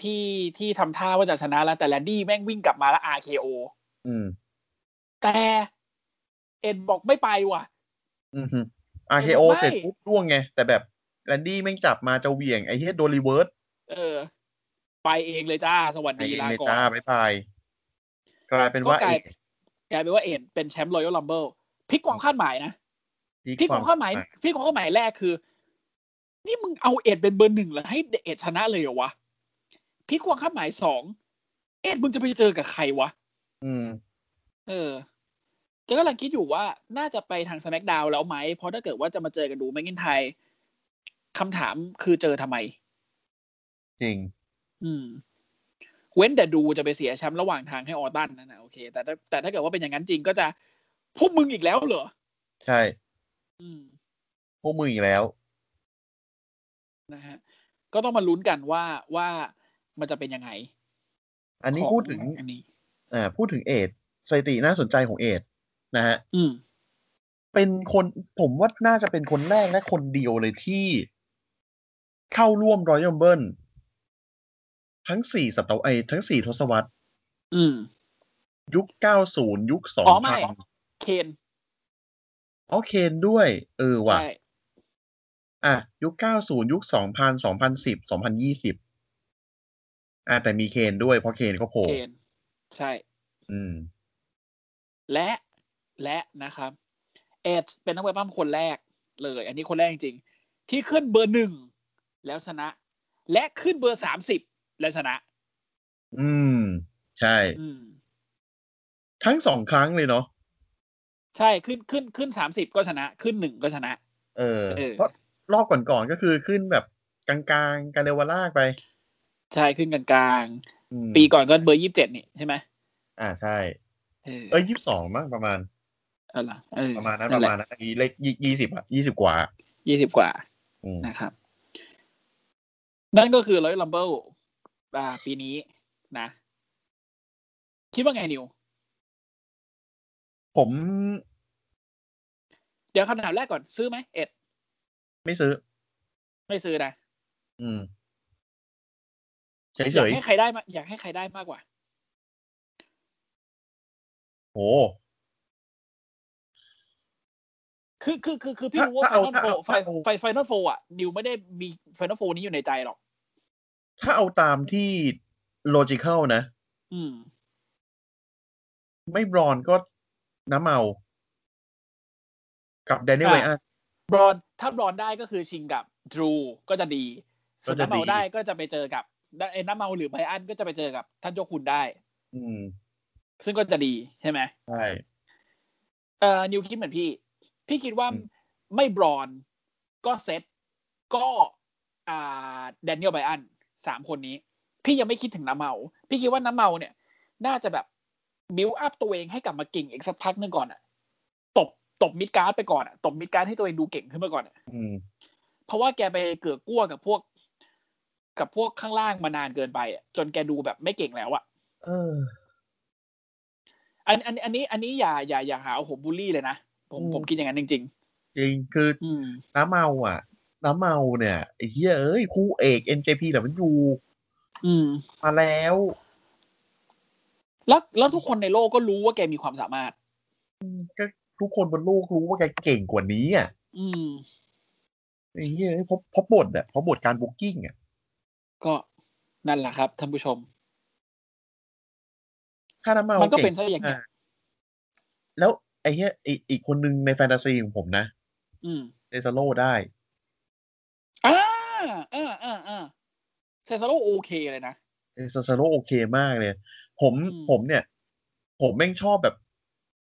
Speaker 2: ที่ที่ทำท่าว่าจะชนะแล้วแต่แลนดี้แม่งวิ่งกลับมาแล้ว RKO
Speaker 3: อืม
Speaker 2: แต่เอ็ดบอกไม่ไปว่ะ
Speaker 3: อืมฮึ RKO
Speaker 2: ไม่
Speaker 3: เสร็จปุ๊บร่วงไง แต่แบบแลนดี้แม่งจับมาจะเหวี่ยง ไอ้เฮียโดนรีเวิร์ส
Speaker 2: เออ ไปเองเลยจ้า สวัส
Speaker 3: ไอ้
Speaker 2: ดี
Speaker 3: เอ
Speaker 2: ลา
Speaker 3: เน
Speaker 2: ก่อน
Speaker 3: ต้าบายบายกลายเป็นว่า
Speaker 2: ก็กลาย
Speaker 3: เอก
Speaker 2: กลายเป็นว่าเอ็ดเป็นแชมป์รอยัลลัมเบิลพลิกความคาดหมายนะพลิกความคาดหมายพลิกความคาดหมายแรกคือ นี่มึงเอาเอ็ดเป็นเบอร์หนึ่งแล้วให้เอ็ดชนะเลยเหรอวะพลิกความคาดหมายสองเอ็ดมึงจะไปเจอกับใครวะ
Speaker 3: อืม
Speaker 2: เออ แกกำลังคิดอยู่ว่าน่าจะไปทางส c k กดาวแล้วไหม เพราะถ้าเกิดว่าจะมาเจอกันดูแมกินไทยคำถามคือเจอทำไม
Speaker 3: จริง
Speaker 2: อืม เว้นแต่ดูจะไปเสียแชมป์ระหว่างทางให้ออตันนั่นนะโอเค แต่ถ้าแต่ถ้าเกิดว่าเป็นอย่างนั้นจริงก็จะพวกมึงอีกแล้วเหรอ
Speaker 3: ใช่
Speaker 2: อืม
Speaker 3: พวกมึงอีกแล้ว
Speaker 2: นะฮะ ก็ต้องมาลุ้นกันว่าว่ามันจะเป็นยังไง
Speaker 3: อันนี้
Speaker 2: ขอ
Speaker 3: พูดถึง
Speaker 2: อันนี้
Speaker 3: อ่าพูดถึงเอดสถิติน่าสนใจของเอดนะฮะ
Speaker 2: อืม
Speaker 3: เป็นคนผมว่าน่าจะเป็นคนแรกและคนเดียวเลยที่เข้าร่วมรอยัลเบิ e ทั้งสี่ศตวรรษไอยทั้งสี่ทศวรรษ
Speaker 2: อืม
Speaker 3: ยุคเก้าศูนย์ยุคสอง
Speaker 2: อ๋อไม่
Speaker 3: พัน
Speaker 2: เคน
Speaker 3: อ๋อเคนด้วย เออว่ะ
Speaker 2: ใช่
Speaker 3: อ่ะ ยุคเก้าศูนย์ยุคสองพันสองพันสิบสองพันยี่สิบอ่ะแต่มีเคนด้วยเพราะเคนเขาโผล่
Speaker 2: เคนใช่
Speaker 3: อืม
Speaker 2: และและนะครับ เอ็ดเป็นนักเวทปั้มคนแรกเลย อันนี้คนแรกจริงๆที่ขึ้นเบอร์หนึ่งแล้วชนะ และขึ้นเบอร์สามสิบแล้วชนะ
Speaker 3: อืม ใช่
Speaker 2: อืม
Speaker 3: ทั้งสองครั้งเลยเนาะ
Speaker 2: ใช่ขึ้นขึ้นขึ้นสามสิบก็ชนะ ขึ้นหนึ่งก็ชนะ
Speaker 3: เออ
Speaker 2: เออ
Speaker 3: เพราะรอบก่อนๆก็คือขึ้นแบบกลางๆ กันเรวาล่าไป
Speaker 2: ใช่ขึ้นกลาง
Speaker 3: อืม
Speaker 2: ๆปีก่อนก็เบอร์ยี่สิบเจ็ดนี่ใช่ไหม
Speaker 3: อ่าใช่
Speaker 2: เออ
Speaker 3: เอ้ยยี่สิบสองมั้งประมาณ
Speaker 2: เอาล่ะเออ
Speaker 3: ประมาณนั้นประมาณนั้นอีเลขยี่สิบอ่ะยี่สิบกว่า
Speaker 2: ยี่สิบกว่า
Speaker 3: อืม
Speaker 2: นะครับ นั่นก็คือร้อยลัมเบิลอ่า ปีนี้นะ คิดว่าไงนิว
Speaker 3: ผม
Speaker 2: เดี๋ยวคำถามแรกก่อนซื้อไหมเอ็ด
Speaker 3: ไม่ซื้อ
Speaker 2: ไม่ซื้อนะ
Speaker 3: อืมเฉ
Speaker 2: อยาก
Speaker 3: ย
Speaker 2: ให้ใครได้มาอยากให้ใครได้มากกว่า
Speaker 3: ๆโห
Speaker 2: คือคือคือคือพี่
Speaker 3: ถ้า
Speaker 2: รู้ว่า
Speaker 3: ถ้า
Speaker 2: ไฟ
Speaker 3: เอา
Speaker 2: นอล
Speaker 3: ถ้า
Speaker 2: โฟ
Speaker 3: เอา
Speaker 2: ไฟ
Speaker 3: ถ้าเอา
Speaker 2: ไฟไฟนอลโฟอ่ะนิวไม่ได้มีไฟนอลโฟนี้อยู่ในใจหรอก
Speaker 3: ถ้าเอาตามที่ logical นะ
Speaker 2: อืม
Speaker 3: ไม่บรอนก็น้ำเมา กับแดเนียล
Speaker 2: อ่ะ
Speaker 3: ไวอัน
Speaker 2: บรอนถ้าบรอนได้ก็คือชิงกับดรูก็จะดีส่วน
Speaker 3: ก็จะ
Speaker 2: น้ำเมา
Speaker 3: ดี
Speaker 2: ได้ก็จะไปเจอกับไอ้น้ำเมาหรือไบรอันก็จะไปเจอกับ ท่านเจ้าคุณได้
Speaker 3: อืม
Speaker 2: ซึ่งก็จะดีใช่ไหม
Speaker 3: ใช่
Speaker 2: เอ่อนิวคิดเหมือนพี่ พี่คิดว่า
Speaker 3: อืม
Speaker 2: ไม่บรอนก็เซตก็อ่าแดเนียลไบรอันสามคนนี้ พี่ยังไม่คิดถึงน้ำเมา พี่คิดว่าน้ำเมาเนี่ย น่าจะแบบบิวอัพตัวเองให้กลับมาเก่งอีกสักพักหนึงก่อนอะตบตบมิดการ์ดไปก่อนอะตบมิดการ์ดให้ตัวเองดูเก่งขึ้นมาก่อนอะ
Speaker 3: อืม
Speaker 2: เพราะว่าแกไปเกือกกลัวกับพวก กับพวกข้างล่างมานานเกินไปอะจนแกดูแบบไม่เก่งแล้วอะ
Speaker 3: เออ
Speaker 2: อันอันอันนี้อันนี้อย่าอย่าอย่าหาว่าผมบูลลี่เลยนะผม
Speaker 3: อืม
Speaker 2: ผมคิดอย่างนั้นจริง
Speaker 3: จริงคือ
Speaker 2: ๆ อืม
Speaker 3: น้ำเมาอ่ะ น้ำเมาเนี่ยไอ้เหี้ยเอ้ยคู่เอก NJP แต่มันอยู่
Speaker 2: อืม
Speaker 3: มาแล้ว
Speaker 2: แล้วแล้วทุกคนในโลกก็รู้ว่าแกมีความสามารถ
Speaker 3: ก็ทุกคนบนโลกรู้ว่าแกเก่งกว่านี้อ่ะ
Speaker 2: อืม
Speaker 3: ไอ้เหี้ยเพราะเพราะบทอ่ะเพราะบทการบุ๊กกิ้งอ่ะ
Speaker 2: ก็นั่นแหละครับท่านผู้ชม
Speaker 3: ถ้าน้ำเมา
Speaker 2: มันก็
Speaker 3: ง
Speaker 2: เป็นซะอย่างเงี้ย
Speaker 3: แล้วไอ้เหี้ยอีกอีกคนนึงในแฟนตาซีของผมนะ
Speaker 2: อืม
Speaker 3: เดซาโลได้
Speaker 2: อ่าอ่าอ่าอ่าเซซาโรโอเคเลยนะ
Speaker 3: เดซาโลโอเคมากเลย ผม
Speaker 2: อืม
Speaker 3: ผมเนี่ย ผมแม่งชอบแบบ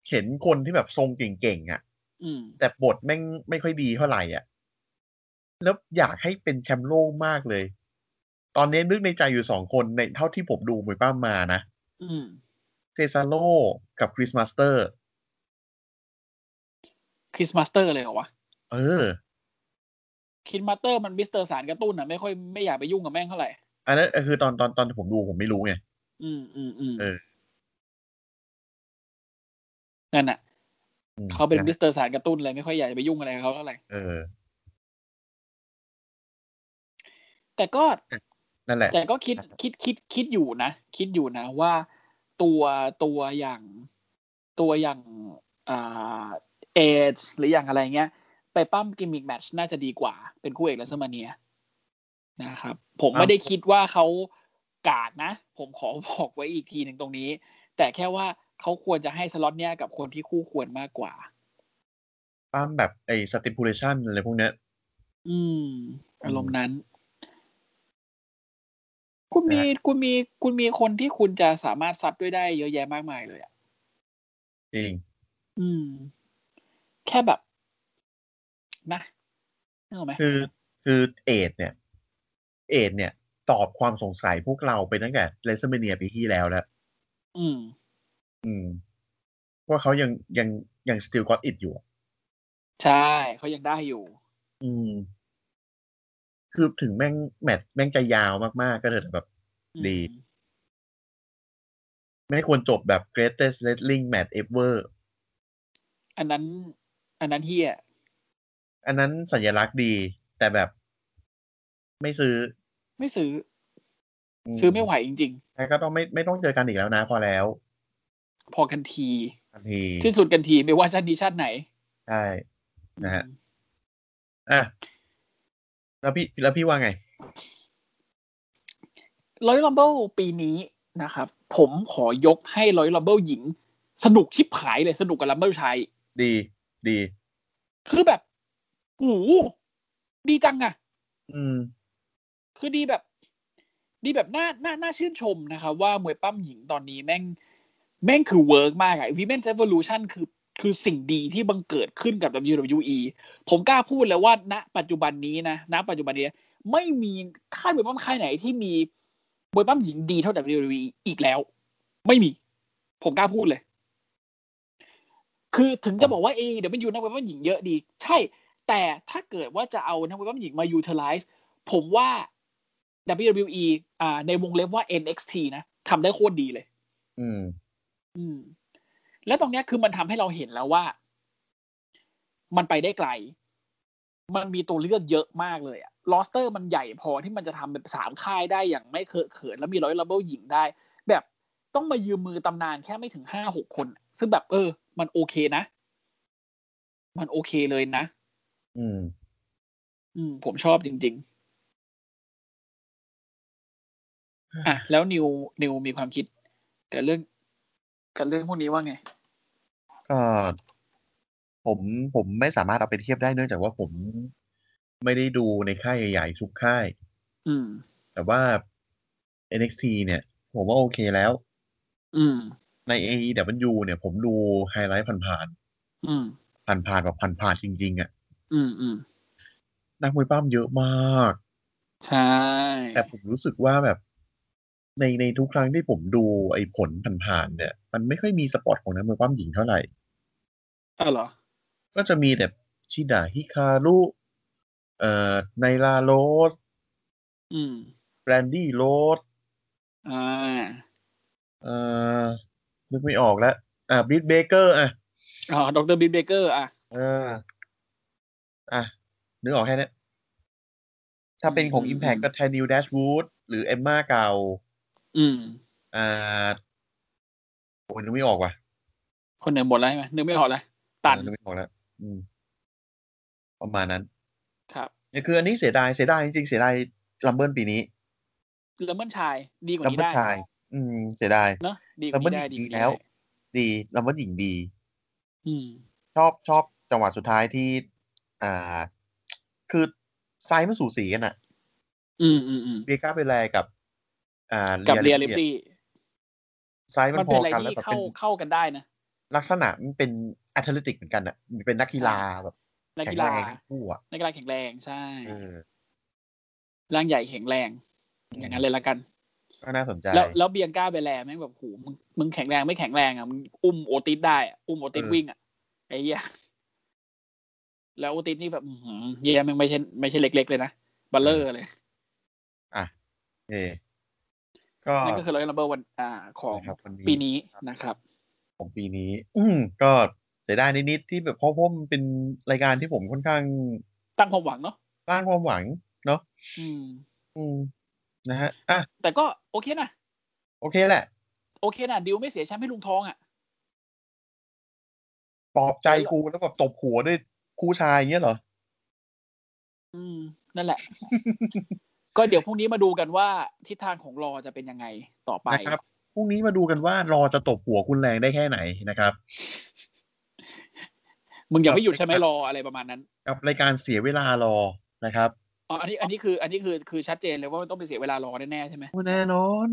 Speaker 3: เห็นคนที่แบบทรงเก่งๆอ่ะ
Speaker 2: อืม
Speaker 3: แต่บทแม่งไม่ค่อยดีเท่าไหร่อ่ะ แล้วอยากให้เป็นแชมป์โลกมากเลย ตอนนี้นึกในใจอยู่สองคนในเท่าที่ผมดูมวยป้ามมานะ
Speaker 2: อืม
Speaker 3: เซซาโลกับคริสมาสเตอร์
Speaker 2: คริสมาสเตอร์เลยเหรอวะ
Speaker 3: เออ
Speaker 2: คริสมาสเตอร์มันมิสเตอร์สารกระตุ้นอ่ะ ไม่ค่อยไม่อยากไปยุ่งกับแม่งเท่าไหร่
Speaker 3: อันนั้นคือตอนตอนตอนผมดูผมไม่รู้ไง
Speaker 2: อืมอืมอืม
Speaker 3: เออ
Speaker 2: นั่นน่ะ
Speaker 3: อืม
Speaker 2: เขาเป็นมิ
Speaker 3: นะ
Speaker 2: สเตอร์สารกระตุ้นเลยไม่ค่อยอยากจะไปยุ่งอะไรกับเขาเท่าไหร่
Speaker 3: เออ
Speaker 2: แต่ก็
Speaker 3: นั่นแหละ
Speaker 2: แต่ก็คิดคิดคิดคิดอยู่นะ คิดอยู่นะว่าตัวตัวอย่างตัวอย่างอ่าเอจหรืออย่างอะไรเงี้ย ไปปั้มกิมมิกแมตชน่าจะดีกว่าเป็นคู่เอกเลสเมเนียนะครับ ผม
Speaker 3: ครับ
Speaker 2: ไม่ได้คิดว่าเขากาดนะ ผมขอบอกไว้อีกทีหนึ่งตรงนี้ แต่แค่ว่าเขาควรจะให้สล็อตเนี้ยกับคนที่คู่ควรมากกว่า
Speaker 3: ปั้มแบบไอ้สติปูเลชันอะไรพวกเนี้ย
Speaker 2: อืม อารมณ์นั้น คุณมีคุณมีคุณมีคนที่คุณจะสามารถซัดด้วยได้เยอะแยะมากมายเลยอะ
Speaker 3: จริง
Speaker 2: อืม แค่แบบ นะนึกออกไหม
Speaker 3: คือคือเอดเนี่ย เอดเนี่ย ตอบความสงสัยพวกเราไปตั้งแต่เลสเมเนียปีที่แล้วแล้ว
Speaker 2: อืม
Speaker 3: อืมว่าเขายังยังยังสติลก็อตอิดอยู่อะ
Speaker 2: ใช่เขายังได้อยู่
Speaker 3: อืม คือถึงแม่งแมตช์แม่งจะยาวมากๆ ก็เถอะแต่แบบ
Speaker 2: อืม
Speaker 3: ดี ไม่ควรจบแบบ greatest wrestling match ever
Speaker 2: อันนั้น อันนั้นเฮีย
Speaker 3: อันนั้นสัญลักษณ์ดี แต่แบบไม่ซื้อ
Speaker 2: ไม่ซื้อ
Speaker 3: ม
Speaker 2: ซื้อไม่ไหวจริง
Speaker 3: แล้วก็ต้องไม่ไม่ต้องเจอกันอีกแล้วนะ พอแล้ว
Speaker 2: ๆ พอกันที
Speaker 3: ทันที
Speaker 2: สิ้นสุดกันทีไม่ว่าชาตินี้ชาติไหน
Speaker 3: ใช่นะฮะ
Speaker 2: อืม
Speaker 3: อ่ะแล้วพี่แล้วพี่ว่าไง
Speaker 2: ร้อยลัมเบิลปีนี้นะครับ ผมขอยกให้ร้อยลัมเบิลหญิง สนุกชิบหายเลยสนุกกับลัมเบิลชาย
Speaker 3: ดีดี
Speaker 2: คือแบบโอ้โหดีจังอะ
Speaker 3: อืม
Speaker 2: คือดีแบบ ดีแบบน่าน่าน่าชื่นชมนะครับ ว่ามวยปั้มหญิงตอนนี้แม่ง แม่งคือเวิร์กมากอะ Women's Evolution คือคือสิ่งดีที่บังเกิดขึ้นกับ WWE ผมกล้าพูดเลยว่า ณ ปัจจุบันนี้นะณปัจจุบันนี้ ไม่มีค่ายมวยปั้มค่ายไหนที่มีมวยปั้มหญิงดีเท่า WWE อีกแล้ว ไม่มี ผมกล้าพูดเลย คือถึงจะบอกว่าเอเดี๋ยวมันอยู่นักมวยปั้มหญิงเยอะดี ใช่ แต่ถ้าเกิดว่าจะเอานักมวยปั้มหญิงมา utilize ผมว่า WWE อ่าในวงเล็บว่า NXT นะทำได้โคตรดีเลย
Speaker 3: อืม
Speaker 2: อืม แล้วตรงเนี้ยคือมันทำให้เราเห็นแล้วว่า มันไปได้ไกล มันมีตัวเลือกเยอะมากเลยอะลอสเตอร์มันใหญ่พอที่มันจะทำแบบสามค่ายได้อย่างไม่เคอะเขิน แล้วมีร้อยลับเบิลหญิงได้ แบบต้องมายืมมือตำนานแค่ไม่ถึงห้าหกคน ซึ่งแบบเออ มันโอเคนะ มันโอเคเลยนะ
Speaker 3: อืม
Speaker 2: อืม ผมชอบจริง ๆ อ่ะ แล้วนิวนิวมีความคิดกับเรื่องกับเรื่องพวกนี้ว่าไง
Speaker 3: ก็ผมผมไม่สามารถเอาไปเทียบได้เนื่องจากว่าผมไม่ได้ดูในค่ายใหญ่ๆทุกค่าย
Speaker 2: อืม
Speaker 3: แต่ว่า NXT เนี่ย ผมว่าโอเคแล้ว
Speaker 2: อืม
Speaker 3: ใน AEW เนี่ย ผมดูไฮไลท์ผ่าน
Speaker 2: อืม
Speaker 3: ๆผ่านๆแบบผ่านๆจริงๆอะ่ะ
Speaker 2: อืม อืม
Speaker 3: นักมวยปล้ำเยอะมาก
Speaker 2: ใช่
Speaker 3: แต่ผมรู้สึกว่าแบบ ในในทุกครั้งที่ผมดูไอ้ผลผ่านๆเนี่ย มันไม่ค่อยมีสปอตของนักมวยปล้ำหญิงเท่าไหร่
Speaker 2: อ้าวเหรอ
Speaker 3: ก็จะมีแบบชิดาฮิคารุ เอ่อไนลาโรส
Speaker 2: อืม
Speaker 3: แบรนดี้โรส
Speaker 2: อ่า
Speaker 3: เอ่อนึกไม่ออกแล้ว อ่าบิทเบเกอร์ อ่ะ
Speaker 2: อ๋อ ดรบินเบเกอร์ อ่ะ
Speaker 3: เออ อ่ะ นึกออกแค่เนี้ยถ้าเป็นของ
Speaker 2: อืม
Speaker 3: Impact ก็แทนิวแดชวูดหรือเอมมาเก่า
Speaker 2: อืม
Speaker 3: อ่า โอ้ยนึกไม่ออกว่ะ
Speaker 2: คนหนึ่งหมดแล้วใช่ไหมนึกไม่ออกแล้ว ตัน
Speaker 3: เออนึกไม่ออกแล้ว อืม ประมาณนั้น
Speaker 2: ครับ
Speaker 3: เนี่ยคืออันนี้เสียดาย เสียดายจริงๆ เสียดายลัมเบิลปีนี้
Speaker 2: เลมอนชาย ดีกว่า
Speaker 3: ลัม
Speaker 2: นี้
Speaker 3: เบิล
Speaker 2: ได้
Speaker 3: ชาย อืม เสียดาย
Speaker 2: เนอะดีก
Speaker 3: ลั
Speaker 2: ว่าม
Speaker 3: เบิล
Speaker 2: นี้
Speaker 3: ห
Speaker 2: ได้
Speaker 3: ญิง
Speaker 2: ดีกว่านี้
Speaker 3: ดีแล้ว
Speaker 2: ได้
Speaker 3: ดีลัมเบิลหญิงดี
Speaker 2: อืม
Speaker 3: ชอบชอบจังหวะสุดท้ายที่ อ่า คือไซส์มันสูสีกันอะ
Speaker 2: อืม อืม อืม
Speaker 3: เบียก้าเปแลกับ อ่า
Speaker 2: กับเรียลิ
Speaker 3: ลิ
Speaker 2: ป
Speaker 3: ป
Speaker 2: ตี้
Speaker 3: ไซส์มั
Speaker 2: มัน
Speaker 3: นพ
Speaker 2: เป็น
Speaker 3: อ
Speaker 2: อะไร
Speaker 3: กันแล้ว
Speaker 2: ที่
Speaker 3: แบบ
Speaker 2: เข้า
Speaker 3: เป็น
Speaker 2: เข้ากันได้นะ
Speaker 3: ลักษณะมันเป็นแอตเลติกเหมือนกันอะมันเป็นนักกีฬาแบบ
Speaker 2: นัก
Speaker 3: แข็ง
Speaker 2: กี
Speaker 3: แร
Speaker 2: ฬาง
Speaker 3: ทั้งคู่อะ
Speaker 2: นักกีฬาแข็งแรงใช่
Speaker 3: เออ
Speaker 2: ร่างใหญ่แข็งแรง อย่างนั้นเลยละกัน
Speaker 3: ก็น่าสนใจ
Speaker 2: แล้วแล้วเบียงก้าเบแลแม่งแบบโหมึงมึงแข็งแรงไม่แข็งแรงอ่ะมึงอุ้มโอติสได้อะอุ้มโอติส
Speaker 3: เออ
Speaker 2: วิ่งอ่ะไอ้เหี้ยแล้วโอติสนี่แบบอื้อหือเหี้ยแม่งไม่ใช่ไม่ใช่เล็ก ๆ เลยนะบัลเลอร์เลย
Speaker 3: อ่ะเออก็
Speaker 2: นั่นก็คือร้อยลัมเบอร์วันอ่าของ
Speaker 3: นะครับวัน
Speaker 2: ปี
Speaker 3: นี้
Speaker 2: นี้นะครับ
Speaker 3: ของปีนี้ อืมก็เสียดายนิดๆที่แบบเพราะผมนเป็นรายการที่ผมค่อนข้าง
Speaker 2: ตั้งความหวังเนาะ
Speaker 3: สร้างความหวังเนาะ
Speaker 2: อืม
Speaker 3: อืม นะฮะอ่ะ
Speaker 2: แต่ก็โอเคนะ
Speaker 3: โอเคแหละ
Speaker 2: โอเคนะดิวไม่เสียแชมป์ให้ลุงทองอ่ะ
Speaker 3: ปลอบใจกูแล้วแบบตบหัวด้วยคู่ชายอย่างเงี้ยเหรอ
Speaker 2: อืม นั่น แหละ ก็เดี๋ยวพรุ่งนี้มาดูกันว่าทิศทางของรอจะเป็นยังไงต่อไป
Speaker 3: นะครับพรุ่งนี้มาดูกันว่ารอจะตบหัวคุณแรงได้แค่ไหนนะครับ
Speaker 2: มึงอย่าไม่หยุดใช่ไหมรออะไรประมาณนั้น
Speaker 3: กับรายการเสียเวลารอนะครับ
Speaker 2: อ๋ออันนี้อันนี้คือ อันนี้คือคือชัดเจนเลยว่ามันต้องไปเสียเวลารอแน่ๆใช่ไหม
Speaker 3: โอ้แน่นอน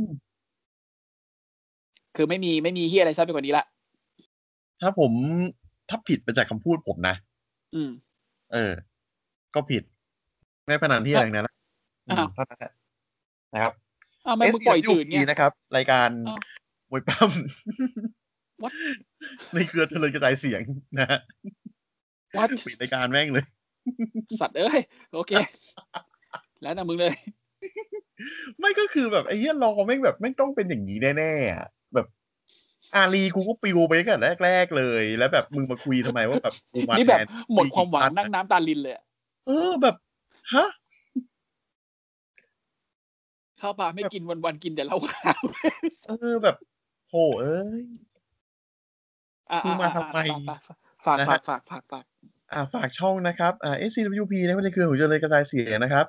Speaker 2: คือไม่มีไม่มีเฮียอะไรซับไปกว่านี้ละ
Speaker 3: ถ้าผม ถ้าผิดไปจากคำพูดผมนะ
Speaker 2: อืม
Speaker 3: เออ ก็ผิด ไม่พนันที่อะไรทั้งนั้นนะอืม
Speaker 2: อ้าว
Speaker 3: เท่านั้นแหละนะครับ
Speaker 2: อ้าวไม่มึงปล่อยจืด
Speaker 3: SCFUP
Speaker 2: เนี่ย
Speaker 3: นะครับ รายการ
Speaker 2: อ้าว
Speaker 3: มวยปั้ม
Speaker 2: What?
Speaker 3: ในเครือเจริญกระจายเสียงนะฮะ
Speaker 2: วัด
Speaker 3: ปิดรายการแม่งเลย
Speaker 2: สัตว์เอ้ย โอเค แล้วนะมึงเลย
Speaker 3: ไม่ก็คือแบบไอ้เหี้ยรอแม่งแบบแม่งต้องเป็นอย่างนี้แน่ๆอะแบบอารีกูก็ปิวไปตั้งแต่แรกๆเลย แล้วแบบมึงมาคุยทำไมว่าแบบกูมา
Speaker 2: นี่แบบ
Speaker 3: ทน
Speaker 2: หมดความหวังนั่งน้ำตาลินเลยอะ
Speaker 3: เออแบบฮะ
Speaker 2: ข้าวปลาไม่กินวันวันๆกินแต่เหล้าขาว
Speaker 3: เออแบบโหเอ้ย
Speaker 2: อ่ะ
Speaker 3: มึงมาทำไม
Speaker 2: ฝาก
Speaker 3: นะ
Speaker 2: ฝา
Speaker 3: ฮะ
Speaker 2: กฝากฝากฝาก
Speaker 3: อ่าฝากช่องนะครับอ่า SCWP นะไม่ได้เครือของเจริญกระจายเสียงนะครับ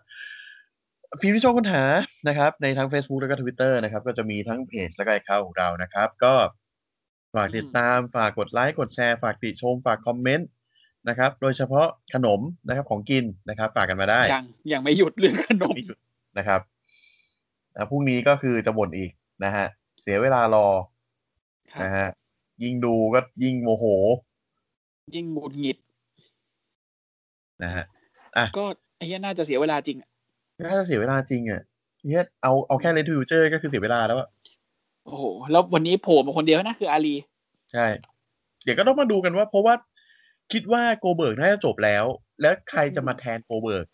Speaker 3: พิมพ์ที่ช่องค้นหานะครับ ในทั้ง Facebook แล้วก็ Twitter นะครับ ก็จะมีทั้งเพจและก็แอคเคาของเรานะครับ ก็ฝากติดตามฝากกดไลค์กดแชร์ ฝากติชม ฝากคอมเมนต์นะครับ โดยเฉพาะขนมนะครับของกินนะครับ ฝากกันมาได้
Speaker 2: ยังยังไม่หยุดเรื่องขนม
Speaker 3: มีจุดนะครับอ่าพรุ่งนี้ก็คือจะบ่นอีกนะฮะ เสียเวลารอ
Speaker 2: ครับ
Speaker 3: นะฮะยิ่งดูก็ยิ่งโมโห
Speaker 2: ยิ่งหงุดหงิด
Speaker 3: นะฮะ
Speaker 2: ก็ไอ้เหี้ยน่าจะเสียเวลาจริงอะ
Speaker 3: น่าจะเสียเวลาจริงอ่ะเนี่ยเอาเอาแค่เลดฟิวเจอร์ก็คือเสียเวลาแล้วอ่ะ
Speaker 2: โอ้โห แล้ววันนี้โผล่มาคนเดียวนะคืออาลี
Speaker 3: ใช่ เดี๋ยวก็ต้องมาดูกันว่า เพราะว่าคิดว่าโกเบิร์กน่าจะจบแล้ว แล้วใครจะมาแทนโกเบิร์ก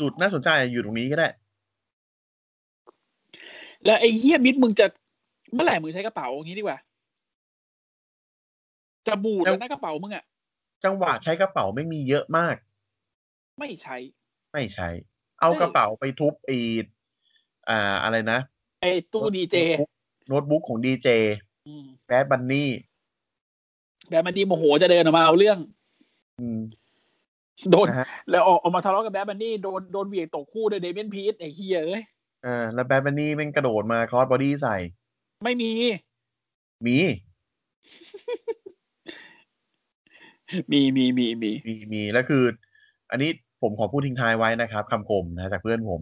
Speaker 3: จุดน่าสนใจอยู่ตรงนี้ก็ได้
Speaker 2: แล้วไอ้เฮียมิดมึงจะเมื่อไหร่มึงใช้กระเป๋าอย่างนี้ดีกว่า จะบูด
Speaker 3: แล้ว
Speaker 2: แล้วนะกระเป๋ามึงอ่ะ
Speaker 3: จังหวะใช้กระเป๋าไม่มีเยอะมาก
Speaker 2: ไม่ใช้
Speaker 3: ไม่ใช้ เอากระเป๋าไปทุบไอีอ่าอะไรนะ
Speaker 2: ไอ้ตู้ดีเจ
Speaker 3: โน้ตบุ๊กของดีเจแบดบันนี่
Speaker 2: แบบมันดีโมโหจะเดินออกมาเอาเรื่อง
Speaker 3: อืม
Speaker 2: โดน
Speaker 3: นะฮะ
Speaker 2: แล้วออกออกมาทะเลาะกับแบบมันนี่โดนโดนเหวียงตกคู่โดยเดเมนพีทไอ้เฮียเอ้ย
Speaker 3: อ่าแล้วแบดบันนี่แม่งกระโดดมาคลอสบอดี้ใส่
Speaker 2: ไม่มี
Speaker 3: มี
Speaker 2: มีมีมีมี
Speaker 3: มีมีแล้วคือ อันนี้ผมขอพูดทิ้งท้ายไว้นะครับคำคมนะจากเพื่อนผม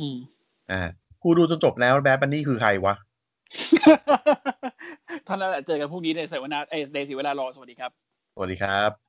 Speaker 2: อืม
Speaker 3: อ่ากูดูจนจบแล้วแบดบันนี่คือใครวะ
Speaker 2: ท่านนแหละเจอกันพรุ่งนี้ในเสวนาเอ้ยในเสิเวลารอสวัสดีครับ
Speaker 3: สวัสดีครับ